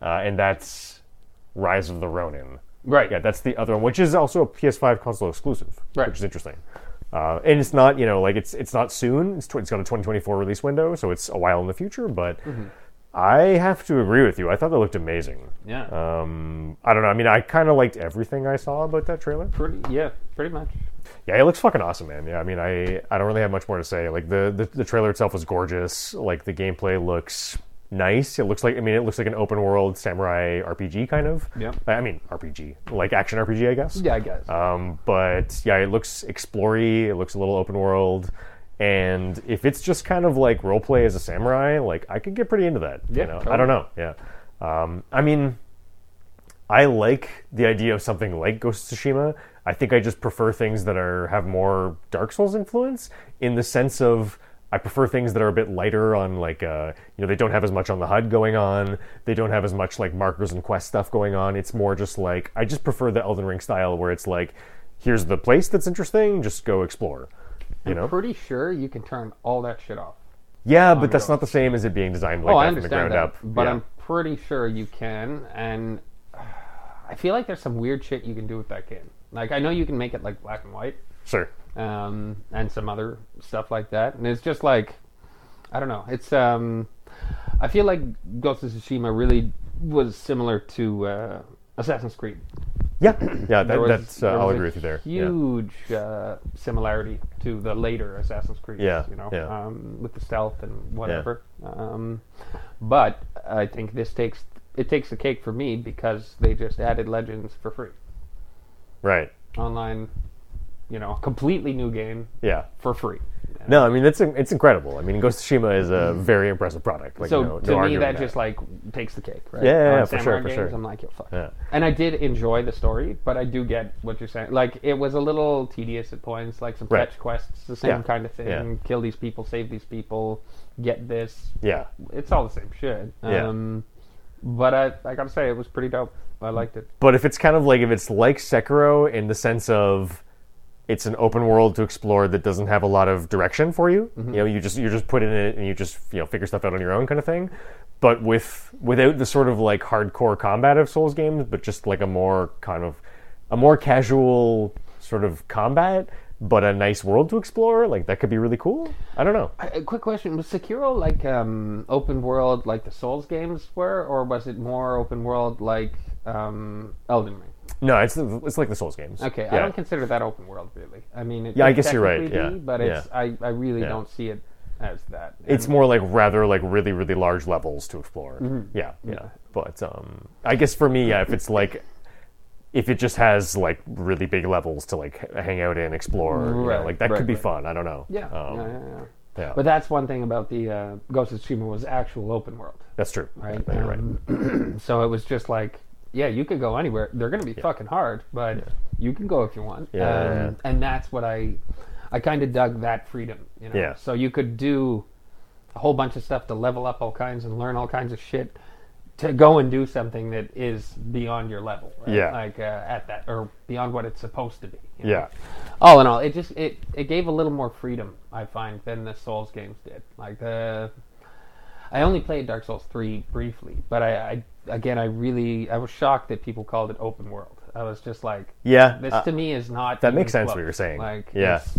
Uh, and that's Rise of the Ronin.
Right.
Yeah, that's the other one, which is also a PS5 console exclusive,
Right.
which is interesting. Uh, and it's not, you know, like it's it's not soon. It's, tw- it's got a 2024 release window, so it's a while in the future. But I have to agree with you. I thought it looked amazing.
Yeah.
Um, I don't know. I mean, I kind of liked everything I saw about that trailer.
pretty. Yeah. Pretty much.
Yeah, it looks fucking awesome, man. Yeah, I mean, I I don't really have much more to say. Like the the, the trailer itself was gorgeous. Like the gameplay looks nice. It looks like I mean, it looks like an open world samurai RPG kind of.
Yep.
I I mean, RPG like action RPG, I guess.
Yeah, I guess.
Um, but yeah, it looks explory. It looks a little open world. And if it's just kind of like role play as a samurai, like I could get pretty into that.
Yeah,
you know?
totally.
I don't know. Yeah. Um, I mean, I like the idea of something like Ghost of Tsushima. I think I just prefer things that are have more Dark Souls influence in the sense of I prefer things that are a bit lighter on like uh, you know they don't have as much on the HUD going on. They don't have as much like markers and quest stuff going on. It's more just like I just prefer the Elden Ring style where it's like here's the place that's interesting, just go explore. You know?
pretty sure you can turn all that shit off.
Yeah, but that's not the same as it being designed like
oh,
that
I
from the ground
understand that,
up.
but
Yeah.
I'm pretty sure you can, and *sighs* uh, I feel like there's some weird shit you can do with that game. Like I know you can make it like black and white,
sure.
um, and some other stuff like that, and it's just like I don't know. It's um, I feel like Ghost of Tsushima really was similar to uh, Assassin's Creed.
Yeah, yeah, that,
There was-
that's uh,
there
I'll
was a
agree with you there. Yeah.
Huge uh, similarity to the later Assassin's Creed.
Yeah,
you know,
yeah.
um, with the stealth and whatever. Um, but I think this takes it takes the cake for me because they just added Legends for free
Right.
online. You know, completely new game
Yeah.
for free.
No, I mean that's it's incredible. I mean, Ghost of Tsushima is a very impressive product. Like,
Mm-hmm. so
no,
to
no
me,
arguing
that, just like takes the cake, right?
Yeah, yeah,
On
yeah, for sure,
samurai
for
games,
sure.
I'm like, yo, fuck.
Yeah.
And I did enjoy the story, but I do get what you're saying. Like, it was a little tedious at points, like some
Right.
fetch quests, the same
Yeah,
kind of thing.
yeah.
Kill these people, save these people, get this.
yeah,
It's all the same shit.
Yeah.
Um, but I, I gotta say, it was pretty dope. I liked it.
but if it's kind of like if it's like Sekiro in the sense of it's an open world to explore that doesn't have a lot of direction for you.
Mm-hmm.
You know, you just you're just put in it and you just you know figure stuff out on your own kind of thing. But with without the sort of like hardcore combat of Souls games, but just like a more kind of a more casual sort of combat, but a nice world to explore. Like that could be really cool. I don't know.
A quick question: Was Sekiro like um, open world, like the Souls games were, or was it more open world, like um, Elden Ring?
No, it's it's like the Souls games.
Okay, I
Yeah.
don't consider that open world really. I mean, it
Yeah, I
could
guess you're right,
technically
yeah,
be, but it's I, I really
Yeah.
don't see it as that.
it's more like rather like really really large levels to explore
Mm-hmm.
yeah yeah but um i guess for me yeah if it's like if it just has like really big levels to like h- hang out and explore you know,
Right,
like that
right,
could be
right.
fun i don't know
yeah,
um,
yeah, yeah, yeah.
yeah.
But that's one thing about the uh, Ghost of Tsushima was actual open world,
that's true
right? Um,
Yeah, you're right
right. *clears throat* so it was just like, yeah, you could go anywhere. They're going to be fucking hard, but you can go if you want. Um,
Yeah, yeah, yeah.
And that's what I, I kind of dug that freedom. You know?
Yeah.
So you could do a whole bunch of stuff to level up all kinds and learn all kinds of shit to go and do something that is beyond your level. Right?
Yeah.
Like uh, at that or beyond what it's supposed to be. you know?
yeah
all in Oh, all, it just it it gave a little more freedom, I find, than the Souls games did. Like the, I only played Dark Souls three briefly, but I, I again I really I was shocked that people called it open world. I was just like,
Yeah,
this
uh,
to me is not
that
even
makes sense
close.
what you're saying.
Like,
Yeah.
it's-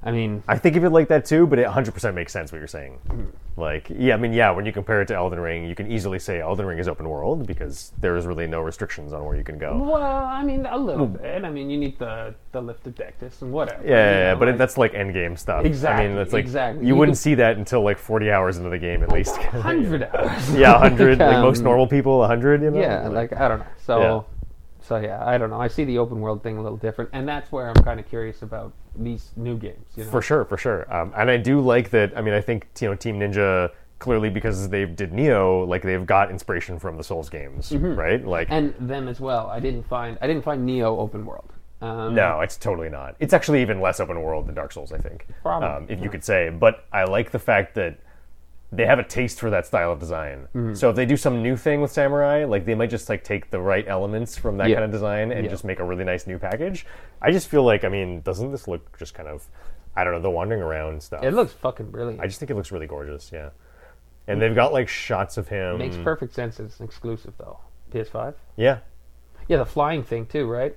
I mean,
i think of it like that too but it 100% makes sense what you're saying
Mm-hmm.
Like, yeah, I mean, yeah, when you compare it to Elden Ring, you can easily say Elden Ring is open world because there is really no restrictions on where you can go.
Well, I mean, a little bit. I mean, you need the the lift of Dectus and whatever.
Yeah, yeah,
you
yeah,
know,
but
like-
it that's like end game stuff. I
Exactly,
mean, that's like
exactly.
you
You
wouldn't
can-
see that until like 40 hours into the game at least.
*laughs* hundred
*laughs*
hours.
yeah, 100. like most
Um,
normal people, 100. You know.
Yeah, like I don't know. So, so yeah, I don't know. I see the open world thing a little different, and that's where I'm kind of curious about these new games. You know?
For sure, for sure. Um, and I do like that. I mean, I think you know Team Ninja clearly because they did Neo, like they've got inspiration from the Souls games, right? Like,
Mm-hmm. and them as well. I didn't find I didn't find Neo open world. Um,
no, it's totally not. It's actually even less open world than Dark Souls, I think,
Probably.
um, if you could say. But I like the fact that they have a taste for that style of design.
Mm-hmm.
So if they do some new thing with Samurai, like they might just like take the right elements from that
Yeah.
kind of design and
Yeah.
just make a really nice new package. I just feel like, I mean, doesn't this look just kind of, I don't know, the wandering around stuff?
it looks fucking brilliant.
I just think it looks really gorgeous, yeah. And they've got like shots of him.
Mm. Makes perfect sense. It's an exclusive though. PS5.
yeah.
Yeah, the flying thing too, right?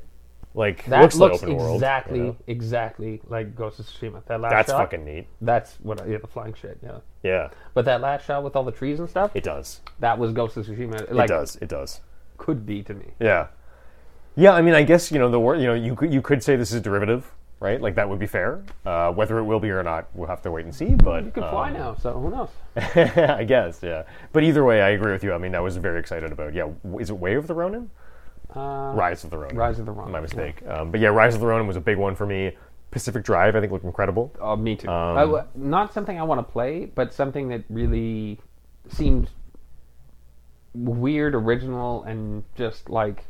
Like
That
looks,
looks,
like open world.
exactly,
you know?
exactly like Ghost of Tsushima. That last
That's
shot.
fucking neat.
That's what. I, yeah, the flying shit. Yeah.
Yeah.
But that last shot with all the trees and stuff,
It does.
that was Ghost of Tsushima. Like,
it does. It does.
could be to me.
Yeah. Yeah, I mean I guess, you know, the word you know, you could you could say this is derivative, right? Like that would be fair. Uh, whether it will be or not, we'll have to wait and see. But uh,
You can fly now, so who knows?
*laughs* eh. I guess, yeah. But either way, I agree with you. I mean, I was very excited about. Yeah, w- is it Way of the Ronin?
Uh,
Rise of the Ronin.
Rise of the Ronin,
My
yeah.
mistake. Um, but yeah, Rise of the Ronin was a big one for me. Pacific Drive, I think, looked incredible.
Uh, me too. I
Um,
w- not something I want to play, but something that really seemed weird, original, and just like,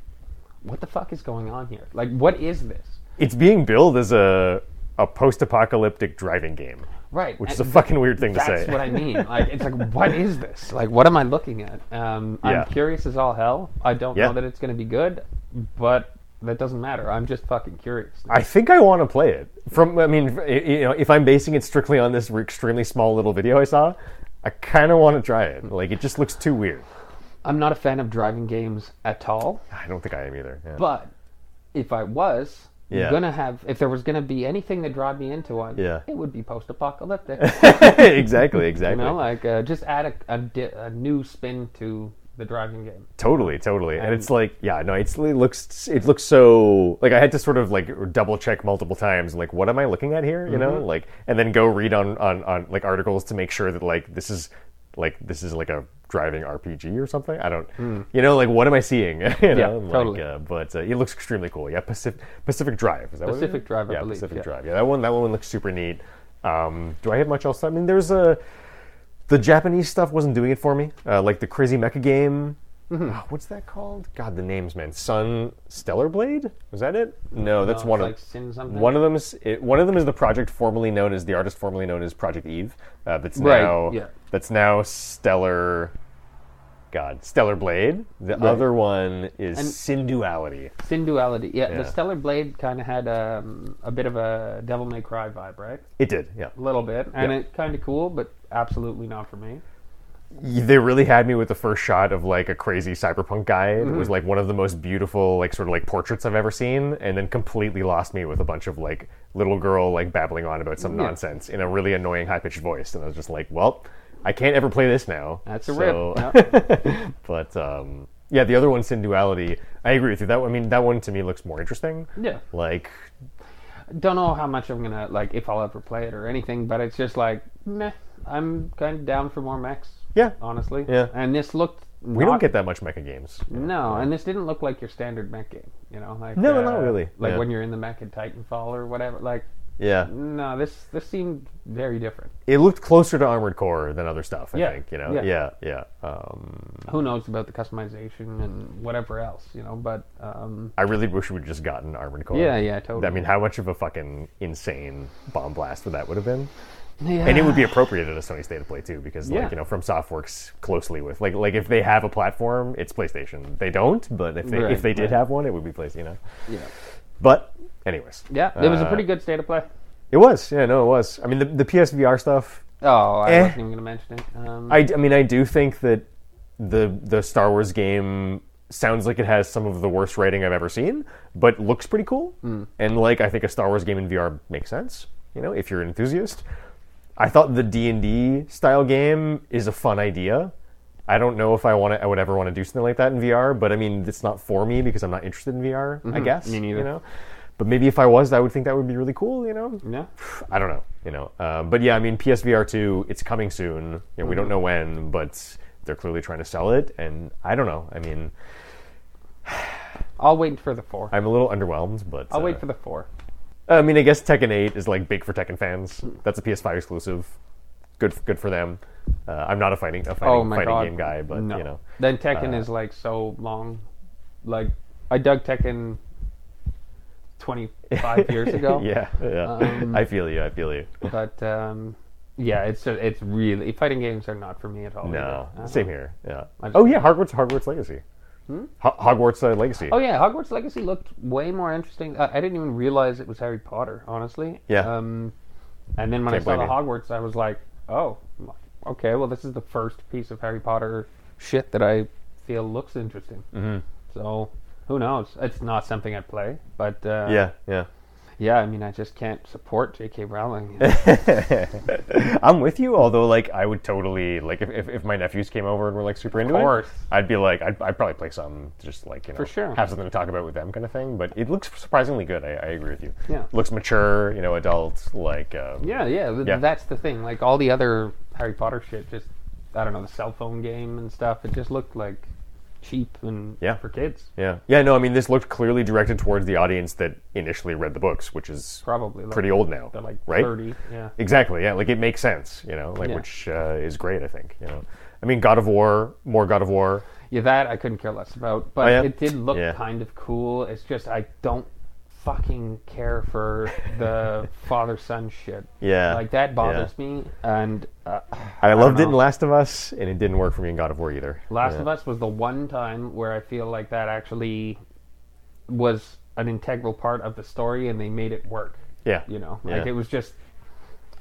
what the fuck is going on here? Like, what is this?
It's being billed as a a post-apocalyptic driving game,
Right.
which is a
and
fucking weird thing to
That's
say.
what I mean.
*laughs*
Like, it's like, what is this? Like, what am I looking at? Um,
Yeah.
I'm curious as all hell. I don't
Yeah.
know that it's going to be good, but that doesn't matter. I'm just fucking curious.
I think I want to play it. From I mean, i- you know, if I'm basing it strictly on this extremely small little video I saw, I kind of want to try it. Like, it just looks too weird.
I'm not a fan of driving games at all.
I don't think I am either. Yeah.
But if I was
Yeah.
gonna have, if there was gonna be anything that drive me into one,
Yeah.
it would be post-apocalyptic.
*laughs* exactly,
you
exactly.
know, like uh, just add a, a, di- a new spin to the driving game.
Totally, totally. And, it's like, yeah, no, it's, it looks it looks so like I had to sort of like double check multiple times, like what am I looking at here? You know,
Mm-hmm.
like and then go read on on on like articles to make sure that like this is like this is like a driving RPG or something. I don't, you know, like what am I seeing? *laughs* you know, like,
Hmm. totally.
Uh, but uh, it looks extremely cool. Yeah, Pacific Pacific Drive. Is that what it is?
Pacific Drive, I
Yeah,
believe,
Pacific
yeah.
Drive. Yeah, that one that one looks super neat. Um, do I have much else? I mean, there's a the Japanese stuff wasn't doing it for me. Uh, like the crazy mecha game.
Mm-hmm.
Ah, what's that called? God, the names, man. Sun Stellar Blade was that it? No, that's
it's
one
like
of
Sin something?
one of them is it, one of them is the project formerly known as the artist formerly known as Project Eve. Uh, that's
Right,
now
yeah.
that's now Stellar. God, Stellar Blade. The other one is Sinduality.
Sin duality. Yeah,
Yeah.
the Stellar Blade kind of had um, a bit of a Devil May Cry vibe, right?
It did, yeah.
A little bit, and
Yeah.
it kind of cool, but absolutely not for me.
they really had me with the first shot of like a crazy cyberpunk guy that
Mm-hmm.
was like one of the most beautiful like sort of like portraits I've ever seen, and then completely lost me with a bunch of like little girl like babbling on about some nonsense in a really annoying high pitched voice, and I was just like, well, I can't ever play this now.
That's a
So- *laughs*
rip. Yeah.
but um, yeah, the other one's in duality. I agree with you. That one- I mean, that one to me looks more interesting.
Yeah.
Like
don't know how much I'm gonna like if I'll ever play it or anything, but it's just like meh. I'm kind of down for more mechs.
Yeah.
honestly.
Yeah.
and this looked.
we don't get that much mecha games.
No, and this didn't look like your standard mech game. You know, like uh,
No, not really.
Like
Yeah.
when you're in the mech in Titanfall or whatever. Like
Yeah.
no, this this seemed very different.
It looked closer to Armored Core than other stuff. I
Yeah.
think you know.
Yeah.
Yeah, yeah. Um,
Who knows about the customization and whatever else, you know? But um,
I really wish we'd just gotten Armored Core.
yeah, yeah, totally.
I mean, how much of a fucking insane bomb blast would that would have been?
yeah.
And it
*sighs*
would be appropriate at a Sony State of Play too, because
Yeah.
like you know, From Soft works closely with like like if they have a platform, it's PlayStation. They don't, but if they
Right,
if they did
right.
have one, it would be PlayStation. You know.
*laughs* yeah,
But anyways,
yeah. It was a
uh,
pretty good state of play.
It was, yeah, no, it was. I mean, the the PSVR stuff.
Oh, I
eh.
wasn't even gonna mention it. Um,
I, I mean, I do think that the the Star Wars game sounds like it has some of the worst writing I've ever seen, but looks
Hmm.
pretty cool. And like, I think a Star Wars game in VR makes sense. You know, if you're an enthusiast. I thought the D and D style game is a fun idea. I don't know if I want to. I would ever want to do something like that in VR, but I mean, it's not for me because I'm not interested in VR. I guess
Mm-hmm. me neither.
You know, but maybe if I was, I would think that would be really cool. You know,
Yeah.
I don't know. You know, um, but yeah, I mean, PSVR two, it's coming soon. You know,
Mm-hmm.
we don't know when, but they're clearly trying to sell it, and I don't know. I mean,
I'll wait for the four.
I'm a little underwhelmed, but
I'll
uh,
wait for the four.
I mean, I guess Tekken 8 is like big for Tekken fans. That's a PS5 exclusive. Good, good for them. Uh, I'm not a fighting, a fighting,
oh my
fighting
god,
game guy, but
no.
you know, uh,
Then Tekken is like so long. Like I dug Tekken twenty
*laughs*
five years ago.
yeah, yeah.
Um,
I feel you. I feel you.
But um, yeah, it's a, it's really fighting games are not for me at all.
No,
either. Uh,
same here. Yeah.
just- Hmm?
Oh yeah, Hogwarts, Hogwarts Legacy. Ho- Hogwarts uh, Legacy.
Oh yeah, Hogwarts Legacy looked way more interesting. I, I didn't even realize it was Harry Potter, honestly.
Yeah.
Um, and then when
Can't
I saw the
blame
Hogwarts, I was like, oh, okay. Well, this is the first piece of Harry Potter shit that I feel looks interesting. Mm-hmm. So who knows? It's not something I play, but uh,
yeah, yeah.
yeah. I mean, I just can't support
*laughs*
J.K. Rowling.
I'm with you. Although, like, I would totally like if, if, if my nephews came over and were like super into
course.
it. I'd be like, I'd, I'd probably play some, just like you know,
For sure.
have something to talk about with them, kind of thing. But it looks surprisingly good. I, I agree with you.
Yeah.
looks mature. You know, adult. Like, um,
Yeah, yeah, th-
Yeah.
That's the thing. Like all the other Harry Potter shit, just I don't know the cell phone game and stuff. It just looked like cheap and
Yeah.
for kids,
yeah, yeah. No, I mean, this looked clearly directed towards the audience that initially read the books, which is
probably. Like,
pretty old now,
They're like
right?
thirty. Yeah.
Exactly. Yeah. Like it makes sense. You know, like
Yeah.
which uh, is great. I think. You know, I mean, God of War, more God of War.
yeah, that I couldn't care less about. But
Oh, yeah?
it did look
Yeah.
kind of cool. It's just I don't fucking care for
*laughs*
the father son shit.
Yeah.
like that bothers me. And uh,
I loved it in
know.
Last of Us, and it didn't work for me in God of War either.
Last of Us was the one time where I feel like that actually was an integral part of the story, and they made it work.
Yeah.
you know
Yeah.
like it was just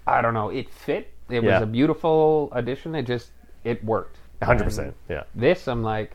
i don't know it fit it
Yeah.
was a beautiful addition it just it worked
100%. Yeah.
And this i'm like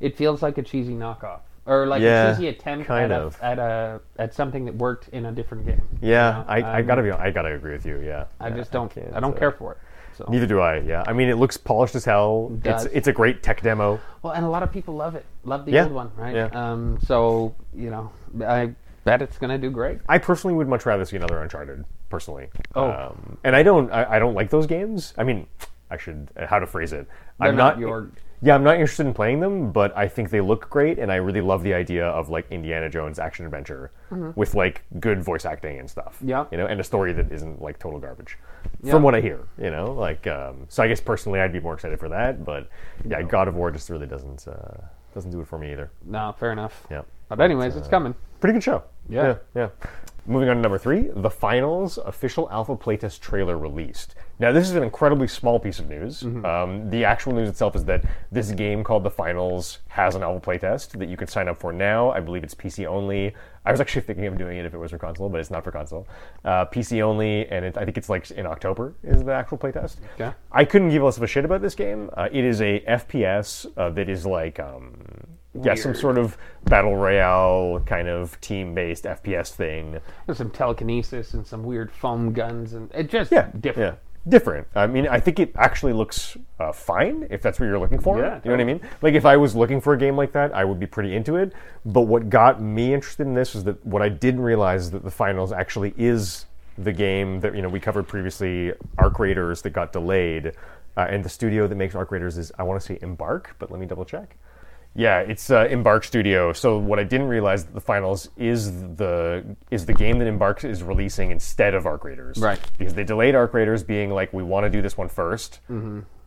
it feels like a cheesy knockoff or like
Yeah,
a cheesy attempt
kind
at,
of.
A, at a at something that worked in a different game
Yeah,
know,
I, I
um,
gotta be. I gotta agree with you. Yeah,
i
Yeah,
just don't
can't,
i, don't
uh,
care for it so
Neither do I. Yeah, I mean, it looks polished as hell.
does.
It's it's a great tech demo.
well and a lot of people love it love the
Yeah,
old one right
yeah.
um so you know i bet it's gonna do great
I personally would much rather see another Uncharted. Personally,
Oh.
um, and I don't. I, I don't like those games. I mean, I should. How to phrase it?
They're
I'm not.
your
yeah, I'm not interested in playing them, but I think they look great, and I really love the idea of like Indiana Jones action adventure with like good voice acting and stuff.
Mm-hmm. Yeah.
you know, and a story that isn't like total garbage,
Yeah.
from what I hear. You know, like um, so. I guess personally, I'd be more excited for that, but yeah, God of War just really doesn't uh, doesn't do it for me either.
no fair enough
Yeah, uh,
but anyways it's coming
pretty good show.
Yeah.
yeah, yeah. Moving on to number three, the finals official alpha playtest trailer released. Now, this is an incredibly small piece of news. Um, the actual news itself is that this game called The Finals has an alpha playtest that you can sign up for now. I believe it's PC only. I was actually *laughs* thinking of doing it if it was for console, but it's not for console. Uh, PC only, and it, I think it's like in October is the actual playtest.
Okay.
I couldn't give less of a shit about this game. Uh, it is a FPS uh, that is like, um, yeah, some sort of battle royale kind of team-based FPS thing.
There's some telekinesis and some weird foam guns, and it just
Yeah,
different.
Yeah. Different. I mean, I think it actually looks uh, fine if that's what you're looking for.
Yeah,
you know what I mean? Like, if I was looking for a game like that, I would be pretty into it. But what got me interested in this is that what I didn't realize is that the finals actually is the game that you know we covered previously, Arc Raiders, that got delayed, uh, and the studio that makes Arc Raiders is I want to say Embark, but let me double check. Yeah, it's uh, Embark Studio. So what I didn't realize that the finals is the is the game that Embark is releasing instead of Arc Raiders,
Right.
Because they delayed Arc Raiders, being like, we want to do this one first.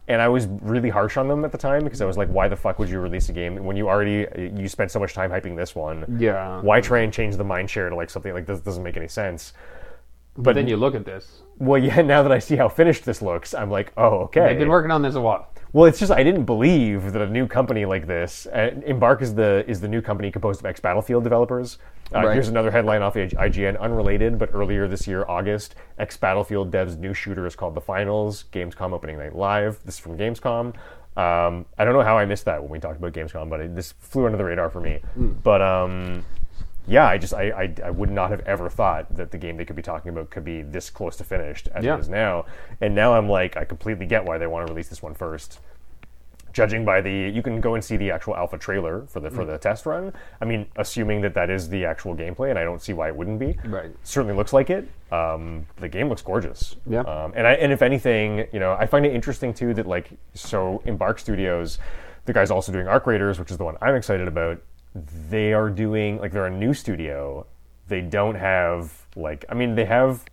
And I was really harsh on them at the time because I was like, why the fuck would you release a game when you already you spent so much time hyping this one?
Yeah.
Why try and change the mind share to like something like this? Doesn't make any sense.
But then you look at this.
Well, *laughs* yeah. Now that I see how finished this looks, I'm like, oh, okay.
They've been working on this a while.
Well, it's just I didn't believe that a new company like this, uh, Embark is the is the new company composed of ex Battlefield developers. Uh,
Right.
Here's another headline off IG- IGN, unrelated, but earlier this year, August, ex Battlefield devs' new shooter is called The Finals. Gamescom opening night live. This is from Gamescom. Um,
Hmm.
I don't know how I missed that when we talked about Gamescom, but it, this flew under the radar for me. But um, yeah, I just I, I, I would not have ever thought that the game they could be talking about could be this close to finished as
Yeah.
it is now. And now I'm like, I completely get why they want to release this one first. Judging by the, you can go and see the actual alpha trailer for the for the test run. I mean, assuming that that is the actual gameplay, and I don't see why it wouldn't be.
Right.
Certainly looks like it. Um, the game looks gorgeous.
Yeah.
Um, and I and if anything, you know, I find it interesting too that like so Embark Studios, the guys also doing Arc Raiders, which is the one I'm excited about. They are doing like they're a new studio. They don't have like I mean they have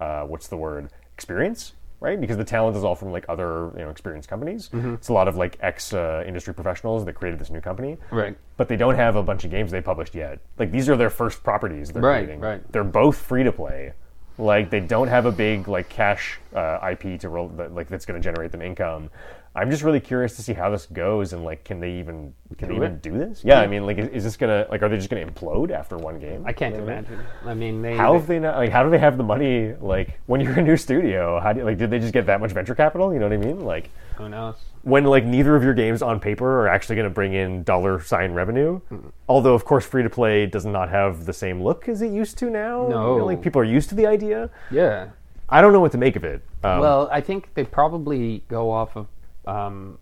uh, what's the word experience right because the talent is all from like other you know experienced companies.
Mm-hmm.
It's a lot of like ex uh, industry professionals that created this new company.
Right.
But they don't have a bunch of games they published yet. Like these are their first properties. They're
Right,
creating.
right.
They're both free to play. Like they don't have a big like cash uh, IP to roll that, like that's going to generate them income. I'm just really curious to see how this goes and like can they even can they
Do
even
it?
do this? Yeah, I mean like is, is this gonna like are they just gonna implode after one game?
I can't imagine. I mean, they,
How
they-
have they not like how do they have the money like when you're a new studio? How do you, like did they just get that much venture capital? You know what I mean? Like
who knows?
when like neither of your games on paper are actually going to bring in dollar sign revenue. Although of course free to play does not have the same look as it used to now. You know,
No.
like people are used to the idea.
Yeah.
I don't know what to make of it. Um,
well, I think they probably go off of, um,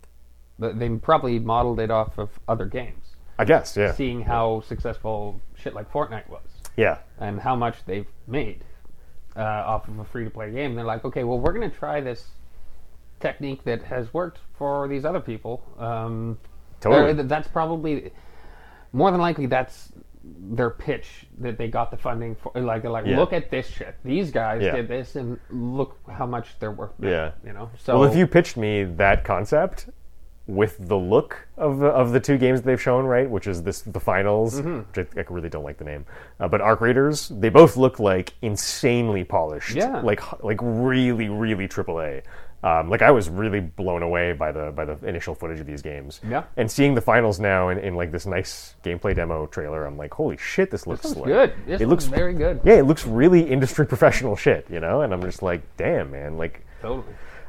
th- they probably modeled it off of other games,
I guess yeah,
seeing how successful shit like Fortnite was
yeah,
and how much they've made uh, off of a free to play game. They're like, okay, well, we're going to try this technique that has worked for these other people. Um,
Totally.
they're- That's probably more than likely that's their pitch that they got the funding for. Like, they're like,
Yeah.
look at this shit. These guys
Yeah.
did this, and look how much they're worth. now,"
Yeah.
you know. So
Well, if you pitched me that concept with the look of the, of the two games they've shown, right, which is this the finals,
Mm-hmm.
which I, I really don't like the name, uh, but Arc Raiders, they both look like insanely polished,
Yeah.
like h- like really really AAA. Um, like I was really blown away by the by the initial footage of these games,
Yeah.
And seeing the finals now in, in like this nice gameplay demo trailer, I'm like, holy shit, this looks,
looks
slick.
good. This
it looks *laughs*
very good.
yeah, it looks really industry professional shit, you know. And I'm just like, damn, man, like
Totally.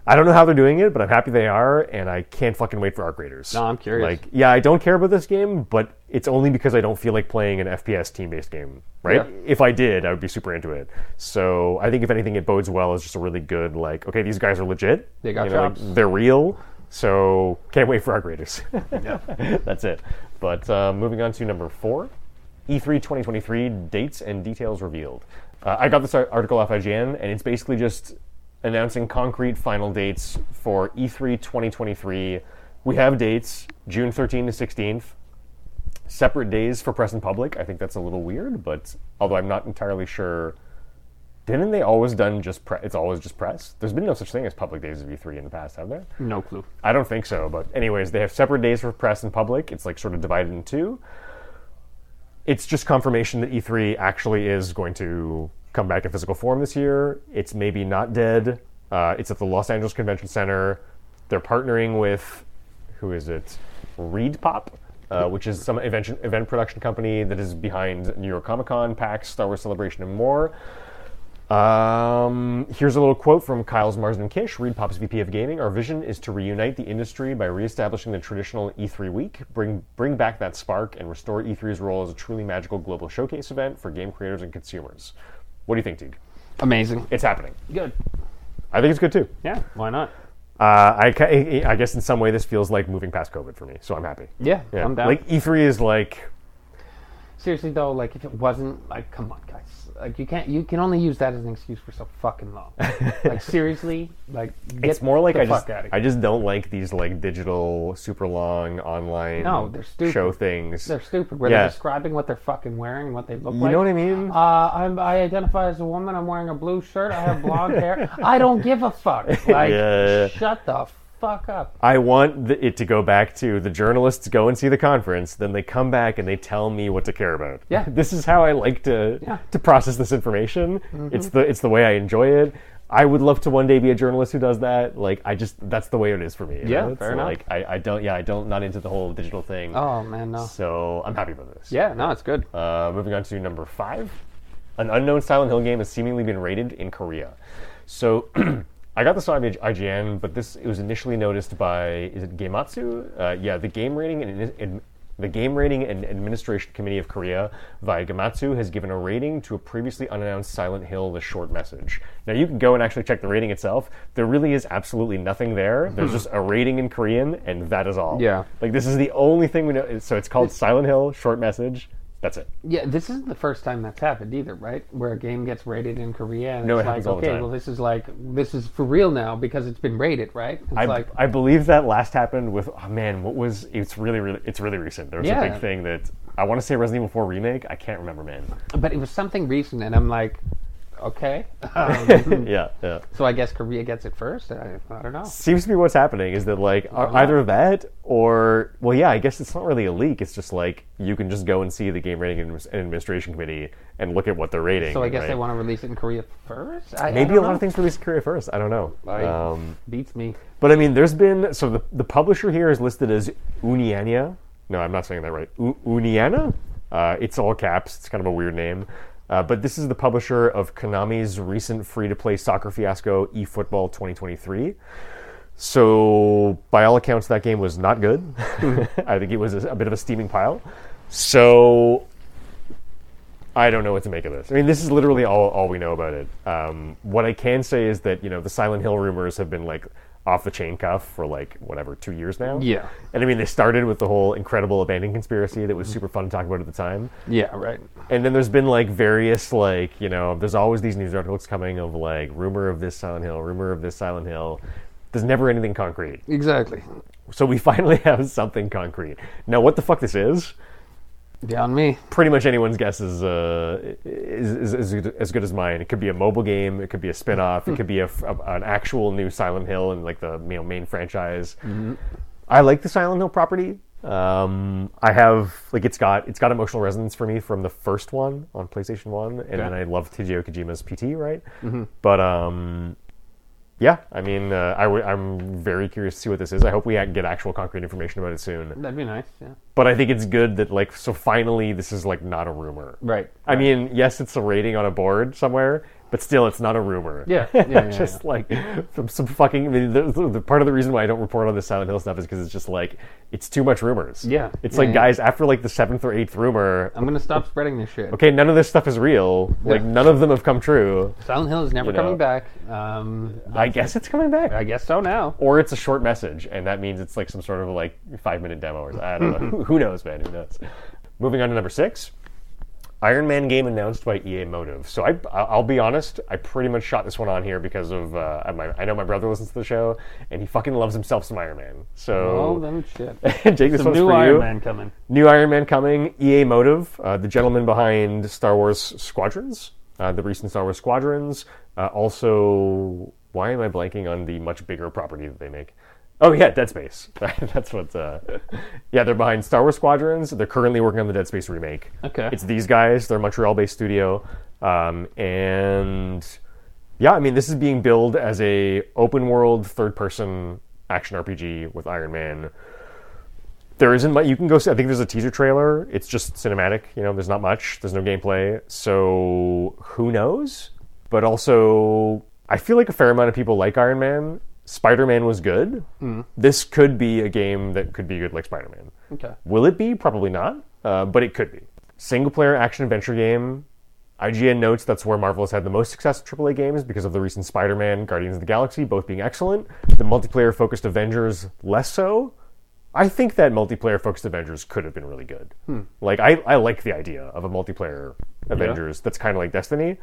I don't know how they're doing it, but I'm happy they are, and I can't fucking wait for Arc Raiders.
No, I'm curious.
Like, yeah, I don't care about this game, but it's only because I don't feel like playing an FPS team-based game, right?
Yeah.
If I did, I would be super into it. So I think if anything, it bodes well as just a really good, like, okay, these guys are legit.
They
like,
got jobs.
they're real. So can't wait for Arc Raiders. *laughs*
Yeah.
That's it. But uh, moving on to number four E E3 2023 dates and details revealed. Uh, I got this ar- article off IGN, and it's basically just announcing concrete final dates for E E3 2023. We have dates June 13th to 16th, separate days for press and public. I think that's a little weird, but although I'm not entirely sure. Didn't they always done just press? It's always just press. There's been no such thing as public days of E3 in the past, have there?
No clue.
I don't think so, but anyways, they have separate days for press and public. It's like sort of divided in two. It's just confirmation that E3 actually is going to come back in physical form this year. It's maybe not dead. Uh, it's at the Los Angeles Convention Center. They're partnering with who is it? Reed Pop, uh, which is some event event production company that is behind New York Comic Con, PAX, Star Wars Celebration, and more. Um, here's a little quote from Kyles Marsden Kish, Reed Pop's VP of Gaming. Our vision is to reunite the industry by reestablishing the traditional E3 week, bring bring back that spark, and restore E3's role as a truly magical global showcase event for game creators and consumers. What do you think, dude?
Amazing.
It's happening.
Good.
I think it's good too.
Yeah. Why not?
Uh, I, ca- I guess in some way this feels like moving past COVID for me, so I'm happy.
Yeah. I'm down.
Like E3 is like
Seriously though, like if it wasn't, like come on, guys, like you can't, you can only use that as an excuse for so fucking
*laughs*
long. like seriously, like get
it's more like
the
I
fuck
just
out of
I just don't like these like digital super long online
No, they're stupid.
show things.
They're stupid. Where
Yeah.
they're describing what they're fucking wearing and what they look
you
like.
know what I mean?
Uh, I'm, I identify as a woman. I'm wearing a blue shirt. I have blonde hair. I don't give a
*laughs*
fuck. Like,
Yeah.
shut the fuck up.
I want the, it to go back to the journalists go and see the conference, then they come back and they tell me what to care about.
Yeah.
*laughs* this is how I like to
Yeah. Mm-hmm.
to process this information. It's the it's the way I enjoy it. I would love to one day be a journalist who does that. Like I just that's the way it is for me. you
Yeah,
know? It's
fair enough.
Like I, I don't yeah I don't not into the whole digital thing.
Oh man, no.
So I'm happy about this.
Yeah, no, it's good.
Uh, moving on to number five, an unknown Silent Hill game has seemingly been rated in Korea. So *clears throat* I got this on IG- IGN, but this it was initially noticed by is it Gamatsu? Uh, yeah, the game rating and, and The Game Rating and Administration Committee of Korea via Gamatsu has given a rating to a previously unannounced Silent Hill The Short Message. Now you can go and actually check the rating itself. There really is absolutely nothing there. There's just a rating in Korean and that is all.
Yeah.
Like this is the only thing we know so it's called Silent Hill Short Message. That's it.
Yeah, this isn't the first time that's happened either, right? Where a game gets rated in Korea and
No,
it's
it
like,
happens all the
okay,
time.
well, this is like this is for real now because it's been rated, right? It's
I,
like
I believe that last happened with oh man, what was it's really really it's really recent. There was a
Yeah.
big thing that I want to say Resident Evil 4 remake. I can't remember, man.
but it was something recent, and I'm like, *laughs* okay.
*laughs*
Um,
yeah, yeah.
so I guess Korea gets it first. I, I don't know.
Seems to be what's happening is that like e- either that or well, yeah, I guess it's not really a leak. It's just like you can just go and see the game rating and Admis- and administration committee and look at what they're rating.
So I guess
right?
they want to release it in Korea first. I, I
Maybe a
don't
lot
know.
of things released in Korea first. I don't know.
Like,
Um,
beats me.
But I mean, there's been so the, the publisher here is listed as Uniania. No, I'm not saying that right. U- Uniana. Uh, it's all caps. It's kind of a weird name. Uh, but this is the publisher of Konami's recent free-to-play soccer fiasco, eFootball 2023. So, by all accounts, that game was not good. *laughs* I think it was a, a bit of a steaming pile. So, I don't know what to make of this. I mean, this is literally all, all we know about it. Um, what I can say is that you know the Silent Hill rumors have been like off the chain cuff for like whatever two years now.
Yeah.
and I mean they started with the whole incredible abandon conspiracy that was super fun to talk about at the time,
Yeah, right.
and then there's been like various like you know there's always these news articles coming of like rumor of this Silent Hill, rumor of this Silent Hill. There's never anything concrete.
Exactly.
So we *laughs* finally have something concrete. Now, what the fuck this is?
Beyond me.
pretty much anyone's guess is, uh, is, is, is good- as good as mine. It could be a mobile game, it could be a spin off, it could be a, f- a- an actual new Silent Hill and like the you know, main franchise. I like the Silent Hill property. Um, I have like it's got it's got emotional resonance for me from the first one on PlayStation One, and then I love Hideo Kojima's PT, right? But um, yeah, I mean, uh, I w- I'm very curious to see what this is. I hope we a- get actual concrete information about it soon
That'd be nice. Yeah.
but I think it's good that like so finally this is like not a rumor.
Right.
I mean, yes, it's a rating on a board somewhere, but still, it's not a rumor. *laughs*
Yeah. Yeah. yeah, yeah.
just like some, some fucking. I mean, the, the, the part of the reason why I don't report on the Silent Hill stuff is because it's just like it's too much rumors.
Yeah.
it's
Yeah,
like
yeah.
guys after like the seventh or eighth rumor.
I'm gonna stop spreading this shit.
Okay, none of this stuff is real. Like
Yeah.
none of them have come true.
Silent Hill is never
You know.
coming back. Um,
I guess it's coming back.
I guess so now.
or it's a short message, and that means it's like some sort of like five minute demo or I don't
*laughs*
know. Who- Who knows, man? Who knows? Moving on to number six, Iron Man game announced by EA Motive. So I, I'll be honest, I pretty much shot this one on here because of uh, my, I know my brother listens to the show, and he fucking loves himself some Iron Man.
Oh,
So
then
*laughs*
shit.
Jake, this
Some
one's
new
for
Iron
you.
Man coming.
New Iron Man coming. EA Motive, uh, the gentleman behind Star Wars Squadrons, uh, the recent Star Wars Squadrons. Uh, also, why am I blanking on the much bigger property that they make? Oh yeah, Dead Space. *laughs* That's what. Uh, yeah, they're behind Star Wars Squadrons. They're currently working on the Dead Space remake.
Okay.
It's these guys. They're a Montreal-based studio, um, and yeah, I mean this is being billed as a open-world third-person action RPG with Iron Man there isn't much you can go see i think there's a teaser trailer it's just cinematic you know there's not much there's no gameplay so who knows but also i feel like a fair amount of people like iron man spider-man was good this could be a game that could be good like spider-man
Okay.
Will it be? Probably not, uh, but it could be. Single player action adventure game. IGN notes that's where Marvel has had the most success with AAA games because of the recent Spider Man, Guardians of the Galaxy, both being excellent. The multiplayer focused Avengers, less so. I think that multiplayer focused Avengers could have been really good. Like, I, I like the idea of a multiplayer Avengers that's kind of like Destiny.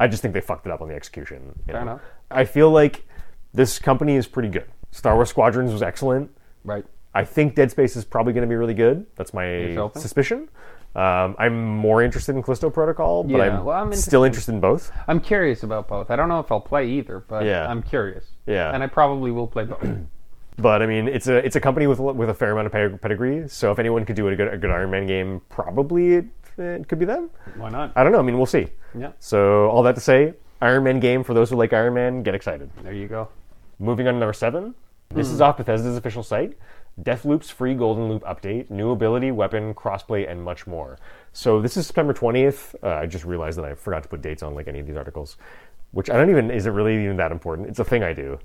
I just think they fucked it up on the execution. you know?
enough.
I feel like this company is pretty good. Star Wars Squadrons was excellent.
Right.
I think Dead Space is probably going to be really good. That's my
hoping?
suspicion. Um, I'm more interested in Callisto Protocol, but
Yeah,
I'm,
well, I'm interested
still interested in both.
I'm curious about both. I don't know if I'll play either, but
Yeah.
I'm curious.
Yeah.
And I probably will play both. *clears throat*
But I mean, it's a it's a company with a lo- with a fair amount of pedig- pedigree. So if anyone could do a good, a good Iron Man game, probably it, it could be them.
Why not?
I don't know. I mean, we'll see.
Yeah.
So all that to say, Iron Man game for those who like Iron Man, get excited.
There you go.
Moving on to number seven. This
Hmm.
is off Bethesda's official site. Deathloop's free Golden Loop update, new ability, weapon, crossplay, and much more. So this is September 20th. Uh, I just realized that I forgot to put dates on like any of these articles, which I don't even, is it really even that important? It's a thing I do.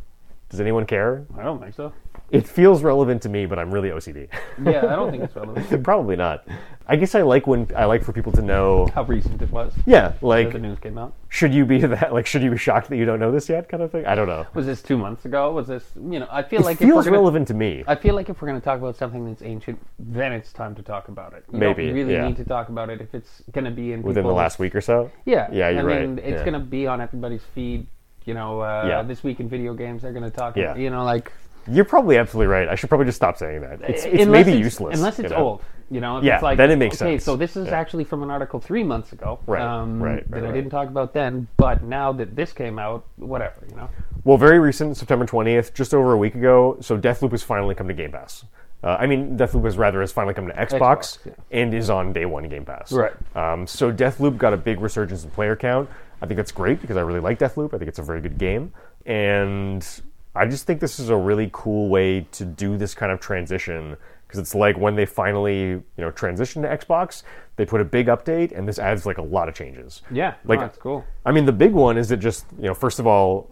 Does anyone care?
I don't think so.
It feels relevant to me, but I'm really OCD.
*laughs* Yeah, I don't think it's
*laughs*
relevant.
Probably not. I guess I like when I like for people to know.
How recent it was
Yeah,
that
like
the news came out.
should you be *laughs* that? Like should you be shocked that you don't know this yet? Kind of thing. I don't know.
Was this two months ago? Was this you know? I feel
It
like if we're
feels
gonna,
relevant to me.
I feel like if we're going to talk about something that's ancient, then it's time to talk about it. You
Maybe,
don't really
yeah.
need to talk about it if it's going to be in
within the
people's-
last week or so.
Yeah,
Yeah, you're
I mean,
right.
It's
Yeah.
going to be on everybody's feed. You know, uh,
Yeah.
this week in video games, they're going to talk.
Yeah.
you know, like eh,
You're probably absolutely right. I should probably just stop saying that. It's, it's
unless
maybe
it's-
useless.
unless
you
it's
know?
old. You know, if
Yeah,
it's like,
then it makes
okay,
sense.
so this is
Yeah.
actually from an article three months ago,
Right,
Um,
right, right,
that I
right.
didn't talk about then, but now that this came out, whatever, you know.
Well, very recent, September 20th, just over a week ago. So Deathloop has finally come to Game Pass. Uh, I mean, Deathloop has rather has finally come to Xbox,
Xbox, yeah.
and is on day one Game Pass.
Right.
Um, so Deathloop got a big resurgence in player count. I think that's great because I really like Deathloop. I think it's a very good game, and I just think this is a really cool way to do this kind of transition because it's like when they finally you know transition to Xbox, they put a big update, and this adds like a lot of changes.
Yeah,
Like-
no, that's cool.
I mean, the big one is that just you know, first of all,